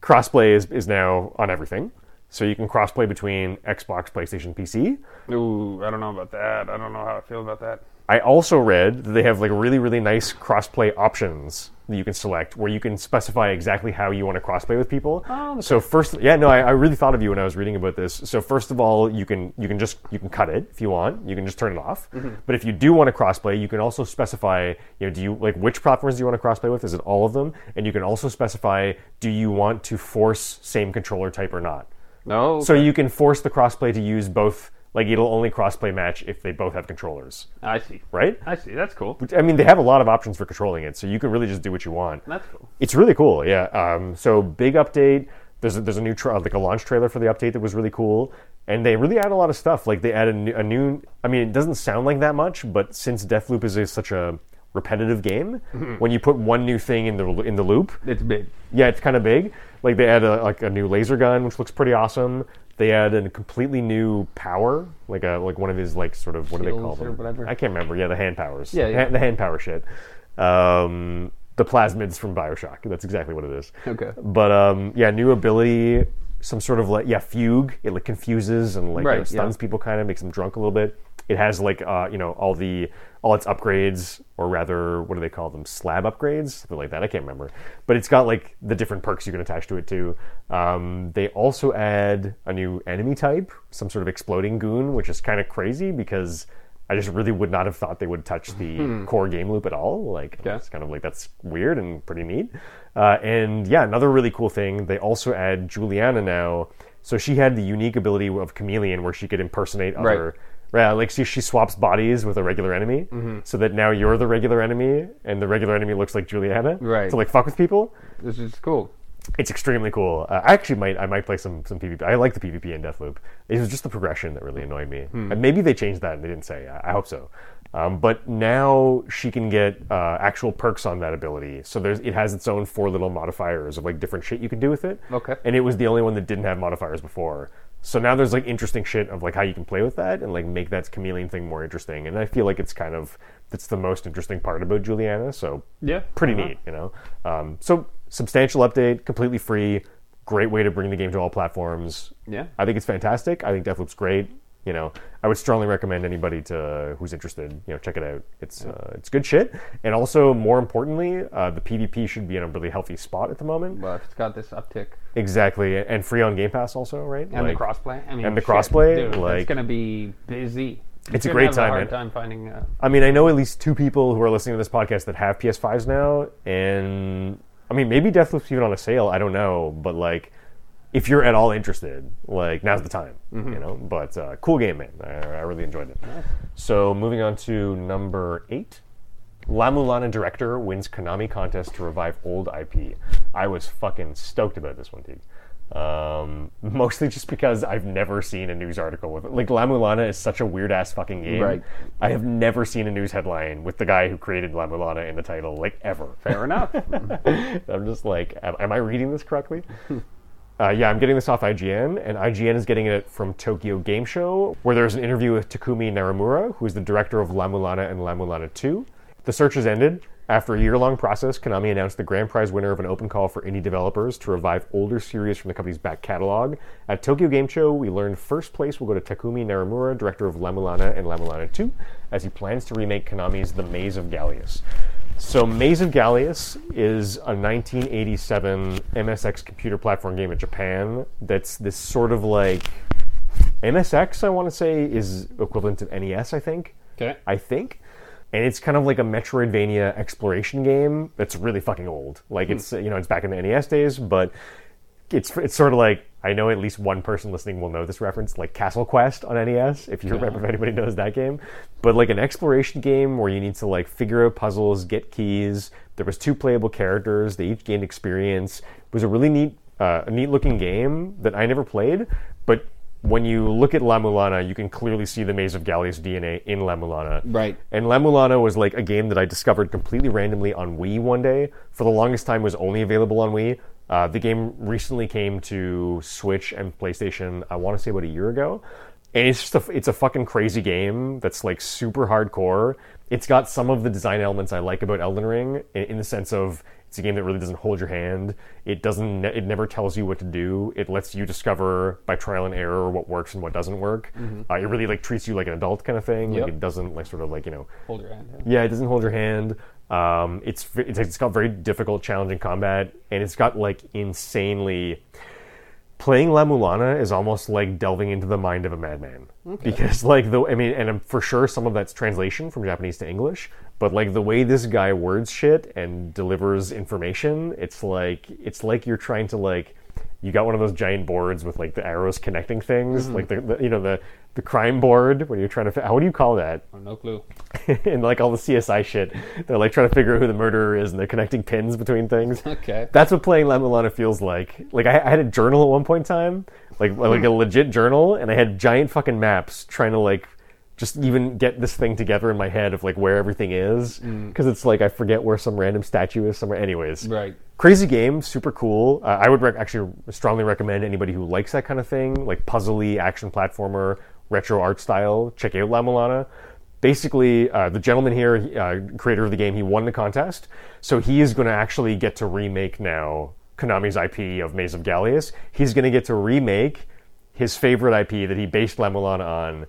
crossplay is is now on everything, so you can crossplay between Xbox, PlayStation, PC.
Ooh, I don't know about that. I don't know how I feel about that.
I also read that they have like really really nice crossplay options that you can select, where you can specify exactly how you want to crossplay with people.
Oh, that's
so first, yeah, no, I, I really thought of you when I was reading about this. So first of all, you can you can just you can cut it if you want, you can just turn it off.
Mm-hmm.
But if you do want to crossplay, you can also specify, you know, do you like which platforms do you want to crossplay with? Is it all of them? And you can also specify, do you want to force same controller type or not?
No,
So you can force the crossplay to use both. Like it'll only crossplay match if they both have controllers,
I see.
right?
I see. That's cool.
I mean, they have a lot of options for controlling it, so you can really just do what you want.
That's cool.
It's really cool, yeah. Um, so big update. There's a, there's a new tra- like a launch trailer for the update that was really cool, and they really add a lot of stuff. Like they add a new, a new I mean, it doesn't sound like that much, but since Deathloop is a, such a repetitive game, when you put one new thing in the in the loop,
It's big.
yeah, it's kind of big. Like they add a, like a new laser gun, which looks pretty awesome. They add a completely new power, like a like one of his like sort of what do they call
Shields or
them?
whatever.
I can't remember. Yeah, the hand powers.
Yeah, yeah.
Ha- the hand power shit. Um, the plasmids from Bioshock. That's exactly what it is.
Okay.
But um, yeah, new ability, some sort of like yeah fugue. It like confuses and like you know,
Right, yeah.
stuns people kind of makes them drunk a little bit. It has like uh, you know all the all its upgrades, or rather, what do they call them? Slab upgrades, something like that. I can't remember. But it's got like the different perks you can attach to it too. Um, they also add a new enemy type, some sort of exploding goon, which is kind of crazy because I just really would not have thought they would touch the core game loop at all. Like
Yeah.
it's kind of like that's weird and pretty neat. Uh, and yeah, another really cool thing. They also add Juliana now. So she had the unique ability of chameleon, where she could impersonate
Right.
other. Right, like she, she swaps bodies with a regular enemy,
Mm-hmm.
so that now you're the regular enemy, and the regular enemy looks like Juliana.
Right.
To like fuck with people,
This is cool.
it's extremely cool. Uh, I actually might I might play some some PvP. I like the PvP in Deathloop. It was just the progression that really annoyed me.
Hmm.
And maybe they changed that and they didn't say. I, I hope so. Um, but now she can get uh, actual perks on that ability. So there's it has its own four little modifiers of like different shit you can do with it.
Okay.
And it was the only one that didn't have modifiers before. So now there's like interesting shit of like how you can play with that and like make that chameleon thing more interesting. And I feel like it's kind of that's the most interesting part about Juliana. So
Yeah.
pretty
Uh-huh.
neat, you know. Um, so substantial update, completely free, great way to bring the game to all platforms.
Yeah.
I think it's fantastic. I think Deathloop's great. You know, I would strongly recommend anybody to who's interested. You know, check it out. It's uh, it's good shit. And also, more importantly, uh, the PvP should be in a really healthy spot at the moment.
Well, if it's got this uptick
Exactly, and free on Game Pass also, right?
and
Like,
the crossplay, I mean,
and the
shit,
crossplay,
dude,
like-
it's gonna be busy.
It's a
You're
great
gonna have
time,
A hard
man.
time finding. Uh,
I mean, I know at least two people who are listening to this podcast that have PS5s now, and I mean, maybe Deathloop's even on a sale. I don't know, but like, if you're at all interested, like now's the time, you know. But uh, cool game, man. I, I really enjoyed it. So moving on to number eight, La Mulana director wins Konami contest to revive old IP. I was fucking stoked about this one, dude. Um, *laughs* mostly just because I've never seen a news article with like La Mulana is such a weird ass fucking game.
Right.
I have never seen a news headline with the guy who created La Mulana in the title, like ever.
fair
*laughs*
enough.
I'm just like, am, am I reading this correctly? uh, yeah, I'm getting this off IGN, and IGN is getting it from Tokyo Game Show, where there's an interview with Takumi Naramura, who is the director of La Mulana and La Mulana 2. The search has ended. After a year long process, Konami announced the grand prize winner of an open call for indie developers to revive older series from the company's back catalog. At Tokyo Game Show, we learned first place will go to Takumi Naramura, director of La Mulana and La Mulana 2, as he plans to remake Konami's The Maze of Gallius. So, Maze of Gallius is a 1987 MSX computer platform game in Japan that's this sort of like. MSX, I want to say, is equivalent to NES, I think.
Okay.
I think. And it's kind of like a Metroidvania exploration game that's really fucking old. Like it's you know it's back in the NES days, but it's it's sort of like I know at least one person listening will know this reference, like Castle Quest on NES. If you remember, if anybody knows that game, but like an exploration game where you need to like figure out puzzles, get keys. There was two playable characters. They each gained experience. It was a really neat, uh, a neat looking game that I never played, but when you look at La Mulana, you can clearly see the Maze of Gallius DNA in La Mulana.
Right.
And La Mulana was like a game that I discovered completely randomly on Wii one day. For the longest time, was only available on Wii. Uh, the game recently came to Switch and PlayStation. I want to say about a year ago, and it's just a, it's a fucking crazy game that's like super hardcore. It's got some of the design elements I like about Elden Ring in, in the sense of it's a game that really doesn't hold your hand. It doesn't. It never tells you what to do. It lets you discover by trial and error what works and what doesn't work. Uh, it really like treats you like an adult kind of thing.
Yep.
Like it doesn't like sort of like you know
Hold your hand. yeah.
yeah, it doesn't hold your hand. Um, it's v- it's it's got very difficult, challenging combat, and it's got like insanely. Playing La Mulana is almost like delving into the mind of a madman because, like, the I mean, and I'm for sure some of that's translation from Japanese to English, but like the way this guy words shit and delivers information, it's like it's like you're trying to like you got one of those giant boards with like the arrows connecting things, like the, the you know the the crime board when you're trying to fi- how do you call that?
Oh, no clue.
*laughs* and like all the CSI shit. They're like trying to figure out who the murderer is, and they're connecting pins between things.
*laughs* Okay.
That's what playing La Mulana feels like. Like I, I had a journal at one point in time, like
Hmm.
like a legit journal, and I had giant fucking maps trying to like just even get this thing together in my head of like where everything is, because it's like I forget where some random statue is somewhere. Anyways,
Hmm. Right.
crazy game, super cool. Uh, I would rec- actually strongly recommend anybody who likes that kind of thing, like puzzly action platformer, retro art style. Check out La Mulana. Basically, uh, the gentleman here, he- uh, creator of the game, he won the contest, so he is going to actually get to remake now Konami's IP of Maze of Gallius. He's going to get to remake his favorite IP that he based La Mulana on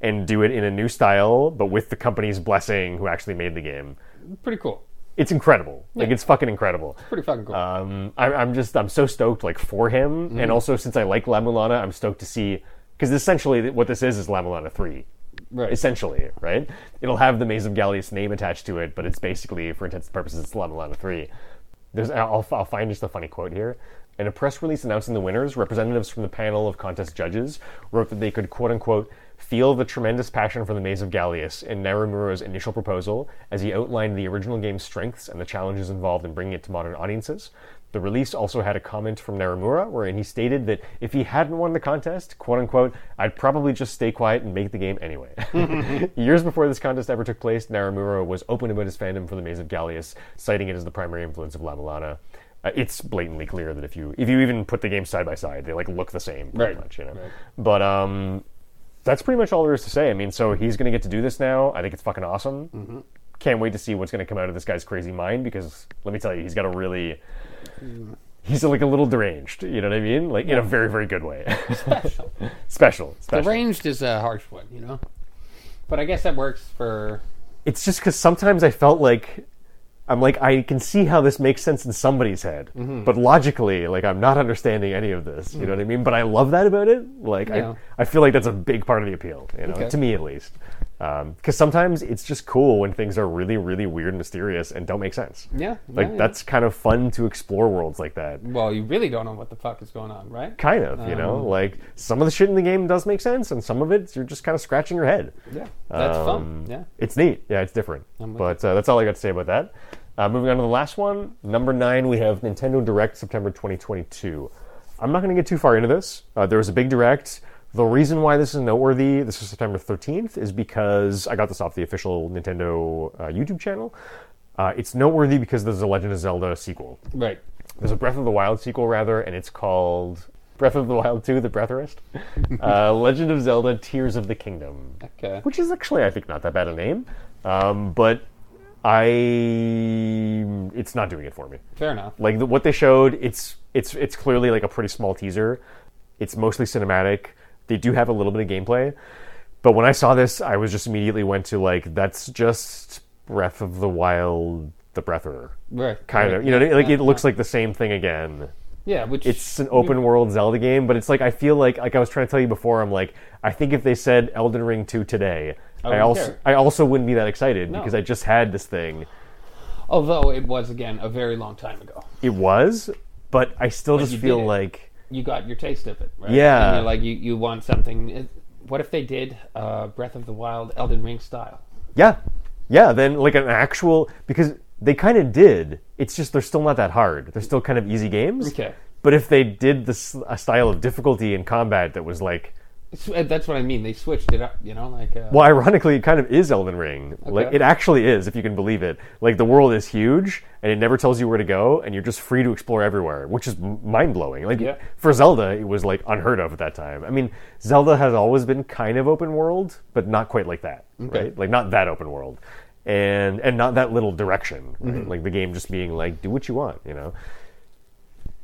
and do it in a new style, but with the company's blessing who actually made the game.
Pretty cool.
It's incredible. Like, it's fucking incredible.
Pretty fucking cool.
Um, I, I'm just I'm so stoked like for him, and also since I like La Mulana, I'm stoked to see because essentially what this is is La Mulana three,
right.
essentially, right? It'll have the Maze of Gallius name attached to it, but it's basically for intents and purposes it's La Mulana three. There's I'll, I'll find just a funny quote here. In a press release announcing the winners, representatives from the panel of contest judges wrote that they could quote unquote feel the tremendous passion for the Maze of Gallius in Narumura's initial proposal as he outlined the original game's strengths and the challenges involved in bringing it to modern audiences. The release also had a comment from Narumura wherein he stated that if he hadn't won the contest, quote unquote, I'd probably just stay quiet and make the game anyway. *laughs*
*laughs*
Years before this contest ever took place, Narumura was open about his fandom for the Maze of Gallius, citing it as the primary influence of La Mulana. Uh, it's blatantly clear that if you if you even put the games side by side, they like look the same pretty
Right.
much, you know. But um that's pretty much all there is to say. I mean, so he's going to get to do this now. I think it's fucking awesome. Can't wait to see what's going to come out of this guy's crazy mind because let me tell you, he's got a really. He's like a little deranged, you know what I mean? Like in a very, very good way. *laughs*
Special.
special, special.
Arranged is a harsh one, you know. But I guess that works for
it's just because sometimes I felt like I'm like I can see how this makes sense in somebody's head,
Mm-hmm.
but logically, like I'm not understanding any of this. You know what I mean? But I love that about it. Like
Mm. Yeah.
I, I feel like that's a big part of the appeal. You know,
Okay.
to me at least, because sometimes it's just cool when things are really, really weird and mysterious and don't make sense.
Yeah,
like
yeah, yeah.
that's kind of fun to explore worlds like that.
well, you really don't know what the fuck is going on, right?
Kind of, you know,
Um.
like some of the shit in the game does make sense, and some of it you're just kind of scratching your head.
Yeah. That's
Um,
fun. Yeah.
It's neat. Yeah, it's different.
with
But uh, that's all I got to say about that. Uh, moving on to the last one, number nine, we have Nintendo Direct September 2022. I'm not going to get too far into this. Uh, there was a big direct. The reason why this is noteworthy, this is September 13th, is because I got this off the official Nintendo uh, YouTube channel. Uh, it's noteworthy because there's a Legend of Zelda sequel.
Right.
There's a Breath of the Wild sequel, rather, and it's called Breath of the Wild 2, The Breatherist. uh, Legend of Zelda Tears of the Kingdom
Okay.
which is actually I think not that bad a name, um, but I it's not doing it for me.
Fair enough.
Like the, what they showed, it's it's it's clearly like a pretty small teaser. It's mostly cinematic. They do have a little bit of gameplay, but when I saw this, I was just immediately went to like that's just Breath of the Wild, the Breather
Right.
kind of. You know, what I mean? like it looks like the same thing again.
Yeah, which
It's an open world Zelda game, but it's like I feel like like I was trying to tell you before. I'm like I think if they said Elden Ring two today, I,
wouldn't
also
care.
I also wouldn't be that excited because I just had this thing.
although it was again a very long time ago.
It was, but I still just
you
feel
did it.
like
You got your taste of it, right?
Yeah.
And you're like you, you want something. It, what if they did uh, Breath of the Wild, Elden Ring style?
yeah, yeah. Then like an actual because they kind of did. It's just they're still not that hard. They're still kind of easy games.
Okay.
But if they did this a style of difficulty in combat that was like
It's- uh, That's what I mean. They switched it up, you know, like uh,
Well, ironically, it kind of is Elden Ring. Like
Okay.
it actually is, if you can believe it. Like the world is huge, and it never tells you where to go, and you're just free to explore everywhere, which is mind blowing. Like
Yeah.
for Zelda, it was like unheard of at that time. I mean, Zelda has always been kind of open world, but not quite like that, right? Like not that open world, and and not that little direction. Right?
Mm-hmm.
Like the game just being like, do what you want, you know.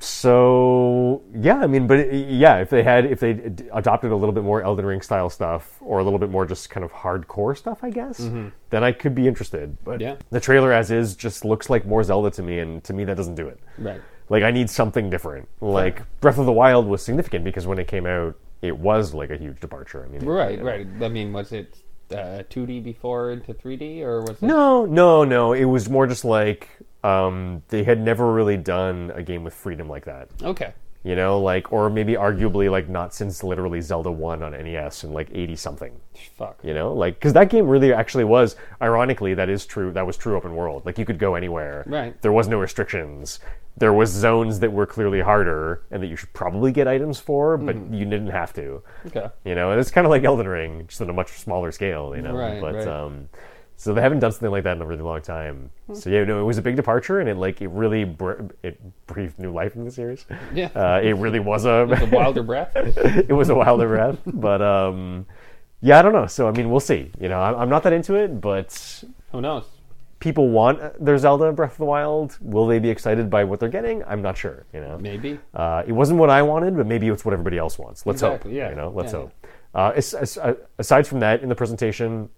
So yeah, I mean, but it, yeah, if they had if they d- adopted a little bit more Elden Ring style stuff or a little bit more just kind of hardcore stuff, I guess, then I could be interested. But
Mm-hmm. Yeah.
the trailer as is just looks like more Zelda to me, and to me that doesn't do it.
right.
Like I need something different. Like Breath of the Wild was significant because when it came out, it was like a huge departure. I mean, it-
Right, right. I mean, was it uh, 2D before into 3D, or was it?
No, no, no. It was more just like um, they had never really done a game with freedom like that.
Okay.
you know like or maybe arguably like not since literally zelda 1 on nes in like 80 something
Fuck.
you know like because that game really actually was ironically that is true that was true open world like you could go anywhere
Right.
there was no restrictions there was zones that were clearly harder and that you should probably get items for but you didn't have to
Okay.
you know and it's kind of like elden ring just on a much smaller scale you know
Right,
but
right.
um so they haven't done something like that in a really long time
Hmm.
so yeah no it was a big departure and it like it really br- it breathed new life into the series
*laughs* Yeah.
uh, it really was
*laughs*
a *laughs*
the Wilder Breath.
it was a wilder breath, but um, yeah, I don't know. So I mean, we'll see. You know, I'm, I'm not that into it, but
Who knows?
people want their Zelda Breath of the Wild. Will they be excited by what they're getting? I'm not sure. You know,
Maybe.
uh, it wasn't what I wanted, but maybe it's what everybody else wants. Let's
Exactly,
hope.
yeah.
You know, let's
Yeah,
hope. Uh, as, as, uh, aside from that, in the presentation,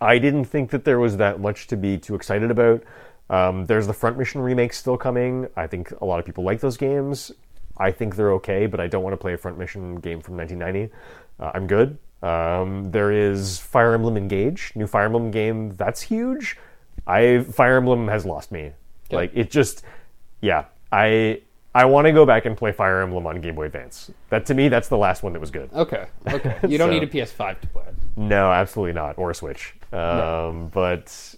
I didn't think that there was that much to be too excited about. Um, there's the Front Mission remake still coming. I think a lot of people like those games. I think they're okay, but I don't want to play a Front Mission game from 1990. Uh, I'm good. Um, there is Fire Emblem Engage, new Fire Emblem game. That's huge. I Fire Emblem has lost me.
Okay.
Like it just, yeah. I I want to go back and play Fire Emblem on Game Boy Advance. That to me, that's the last one that was good.
Okay.
*laughs*
Okay. You don't
So-
need a PS5 to play it.
No, absolutely not, or a Switch. Um, But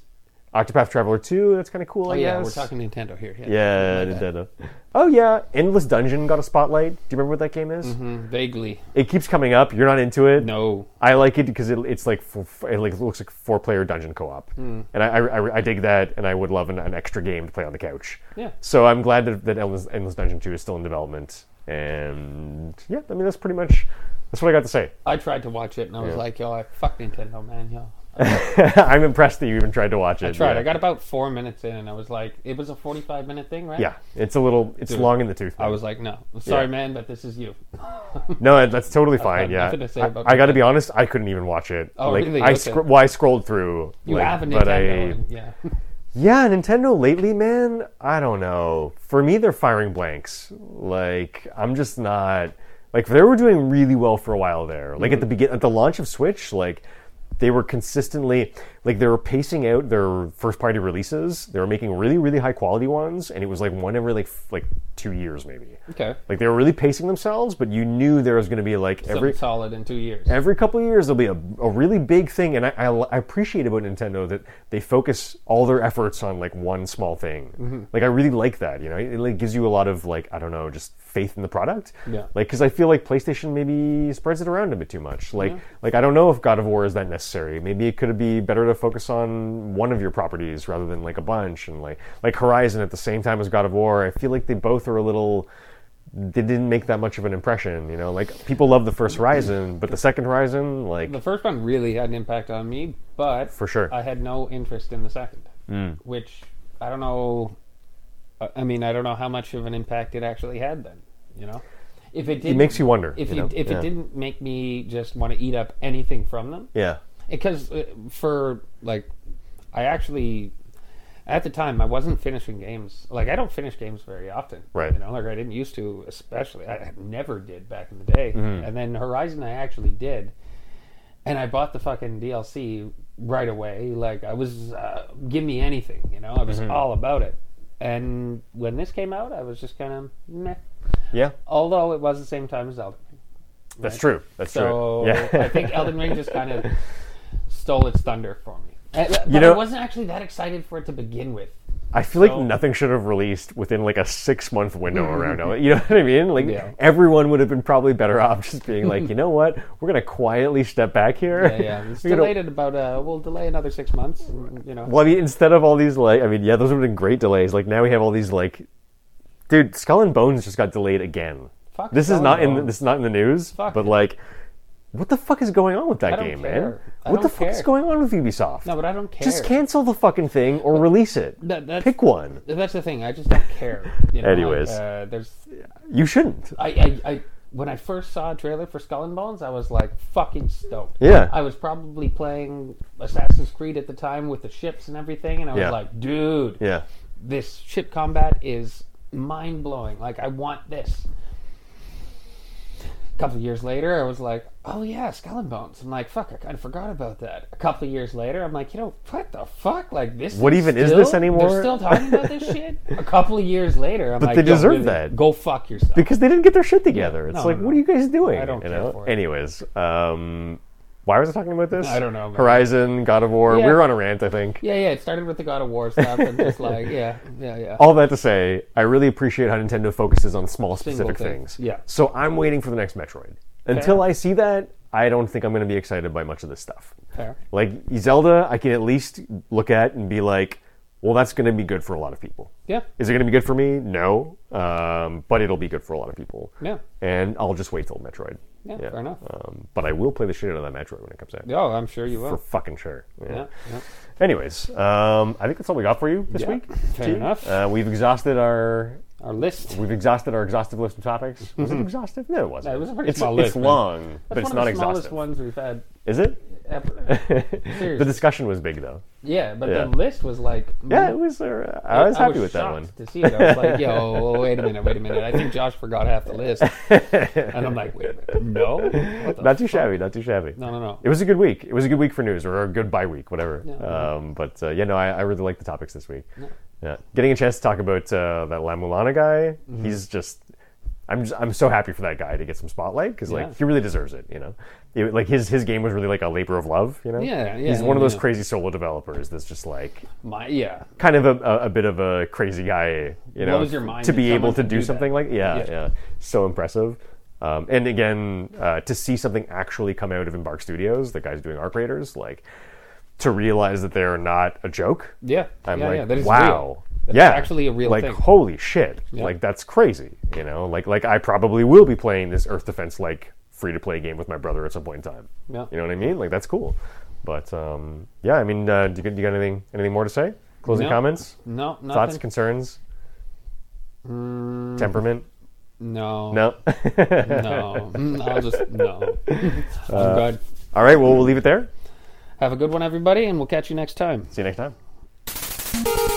Octopath Traveler 2, that's kind of cool, I
Oh, Yeah,
guess.
we're talking Nintendo here.
Yeah, Nintendo. Oh, yeah, Endless Dungeon got a spotlight. Do you remember what that game is?
Mm, vaguely.
It keeps coming up. You're not into it.
No.
I like it because it, it's like four, it like looks like four player dungeon co op,
Hmm.
and I, I, I- I dig that, and I would love an, an extra game to play on the couch.
Yeah.
So I'm glad that, that Endless, Endless Dungeon Two is still in development, and yeah, I mean that's pretty much that's what I got to say. *laughs*
I tried to watch it and I was like, yo, I fuck Nintendo, man, yo.
I'm impressed that you even tried to watch it.
I tried.
yeah.
I got about four minutes in and I was like, it was a 45 minute thing, right?
Yeah, it's a little, it's long in the tooth.
I was like, no. I'm sorry,
Yeah.
man, but this is
*laughs*
you.
No, that's totally fine.
got
Yeah,
nothing to say
I,
about
got to be honest, I couldn't even watch it.
Oh,
like,
really?
I
Okay.
scr- well, I scrolled through.
You
like,
have a Nintendo.
but I,
and- yeah. *laughs*
yeah, Nintendo lately, man. I don't know. For me, they're firing blanks. Like I'm just not. Like they were doing really well for a while there. Like at
Mm-hmm.
the begin, at the launch of Switch, like they were consistently like they were pacing out their first party releases. They were making really really high quality ones, and it was like one every like f- like two years maybe.
Okay.
Like they were really pacing themselves, but you knew there was going to be like every
Something solid in two years.
every couple of years there'll be a, a really big thing and I, I, I appreciate about nintendo that they focus all their efforts on like one small thing like i really like that you know it, like gives you a lot of like i don't know just faith in the product
Yeah.
like because i feel like playstation maybe spreads it around a bit too much like like i don't know if god of war is that necessary maybe it could be better to focus on one of your properties rather than like a bunch and like like horizon at the same time as god of war i feel like they both are a little they didn't make that much of an impression, you know. Like people love the first Horizon, but the second Horizon, like
The first one really had an impact on me, but
For sure. Hmm.
I had no interest in the second. which I don't know. I- I mean, I don't know how much of an impact it actually had. Then you know, if it did,
It makes you wonder.
If
you
it-
know?
if
yeah.
it didn't make me just want to eat up anything from them,
yeah,
because uh, for like i actually at the time i wasn't finishing games like i don't finish games very often
Right.
you know like i didn't used to especially i I never did back in the day and then horizon i actually did and i bought the fucking dlc right away like i was uh, give me anything you know i was all about it and when this came out i was just kind of meh
yeah,
although it was the same time as elden ring
that's true. That's
so
true. Yeah, *laughs*
I think Elden Ring just kind of stole its thunder for me. Uh, But
You know-
I wasn't actually that excited for it to begin with.
I feel like
So-
nothing should have released within like a six month window around now. You know what I mean? Like
Mm-hmm. Yeah.
everyone would have been probably better off just being
*laughs*
like, you know what? We're gonna quietly step back here. *laughs*
Yeah, yeah. It's
We're gonna-
delayed it about uh, we'll delay another six months. and, You know,
Well, I mean, instead of all these like, I mean, yeah, those would have been great delays. Like now we have all these like, dude, Skull and Bones just got delayed again.
Fuck
this
Skull
is
and
not in
Bones.
this is not in the news,
Fuck
but
it.
like, what the fuck is going on with that
I don't
game, man?
care. I
what the
don't
fuck is
care.
going on with Ubisoft?
no, but I don't care.
just cancel the fucking thing or release it.
That- that's-
Pick one.
That's the thing. I just don't care. You know,
Anyways.
like, uh, there's
You shouldn't.
I, I, I when I first saw a trailer for Skull and Bones, I was like fucking stoked.
Yeah.
I was probably playing Assassin's Creed at the time with the ships and everything, and I was
Yeah.
like, dude,
Yeah.
this ship combat is mind blowing. Like I want this. A couple of years later, I was like, "Oh yeah, Skull and Bones." I'm like, "Fuck, I kind of forgot about that." A couple of years later, I'm like, "You know what the fuck? Like this?
What even is
still-
this anymore?
They're still talking about
*laughs*
this shit." A couple of years later, I'm like,
they
"Yo,
deserve
really,
that."
Go fuck yourself."
because they didn't get their shit together. It's
No,
like,
no,
what are you guys doing?
I don't
you
care
know?
for it.
Anyways, um, why was I talking about this?
I don't know, man.
Horizon, God of War.
Yeah.
We were on a rant, I think.
yeah, yeah. It started with the God of War stuff,
*laughs*
and just like, yeah, yeah, yeah.
All that to say, I really appreciate how Nintendo focuses on small specific
thing.
things.
Yeah.
So I'm waiting for the next Metroid. Until I see that, I don't think I'm going to be excited by much of this stuff.
Fair.
Like Zelda, I can at least look at and be like, well, that's going to be good for a lot of people.
Yeah,
Is it going to be good for me? No, um, but it'll be good for a lot of people.
Yeah.
And I'll just wait till Metroid.
yeah, Fair enough.
Um, but I will play the shit out of that Metroid when it comes out.
oh, I'm sure you
For
will.
fucking sure. Yeah.
Yeah, yeah.
Anyways, um, I think that's all we got for you this
Yeah.
week.
Fair
Gene.
enough.
Uh, we've exhausted our
Our list.
we've exhausted our exhaustive list of topics. Was it exhaustive? No, it wasn't.
Mm-hmm. No, it was a pretty
it's,
small
It's
list, man.
long, but
That's
it's
one of
not
the smallest
exhaustive.
ones we've had
Is it?
ever.
*laughs* The
Seriously.
discussion was big though.
Yeah, but
Yeah.
the list was like
Yeah, it was. Uh, I was happy with that
shocked
one.
To see it, I was
*laughs*
like, "Yo, wait a minute, wait a minute." I think Josh forgot half the list, and I'm like, "Wait a minute, no, What
*laughs*
the
Not too
fuck?
shabby. Not too shabby.
No, no, no.
It was a good week. It was a good week for news, or a good bye week, whatever.
Yeah.
Um, but uh, yeah, no, I, I really like the topics this week. Yeah. getting a chance to talk about uh, that Lamulana guy.
Mm-hmm.
He's just, I'm, just, I'm so happy for that guy to get some spotlight because like
Yeah.
he really deserves it. You know, It- like his his game was really like a labor of love. You know,
Yeah, yeah,
He's one of
yeah,
those
yeah.
crazy solo developers that's just like
My yeah,
kind of a, a, a bit of a crazy guy, you know,
Blows your mind
to
that
be
someone
able to
can
do
do
something
that.
like yeah, yeah,
Yeah.
so impressive. Um, and again, uh, to see something actually come out of Embark Studios, the guys doing Arc Raiders, like to realize that they are not a joke.
yeah,
I'm
yeah,
like,
yeah, that is
wow,
real. That's
yeah,
actually a real
like,
thing.
holy shit, like that's crazy. You know, like like I probably will be playing this Earth Defense like free to play game with my brother at some point in time.
Yeah.
You know what I mean? Like that's cool. But um, yeah, I mean, uh, do, you, do you got anything anything more to say? Closing
No.
comments?
No, nothing. Mm,
Thoughts, concerns, temperament?
no,
No. *laughs*
no. Mm, I'll just no. I'm good.
All right. Well, we'll leave it there.
Have a good one, everybody, and we'll catch you next time.
See you next time.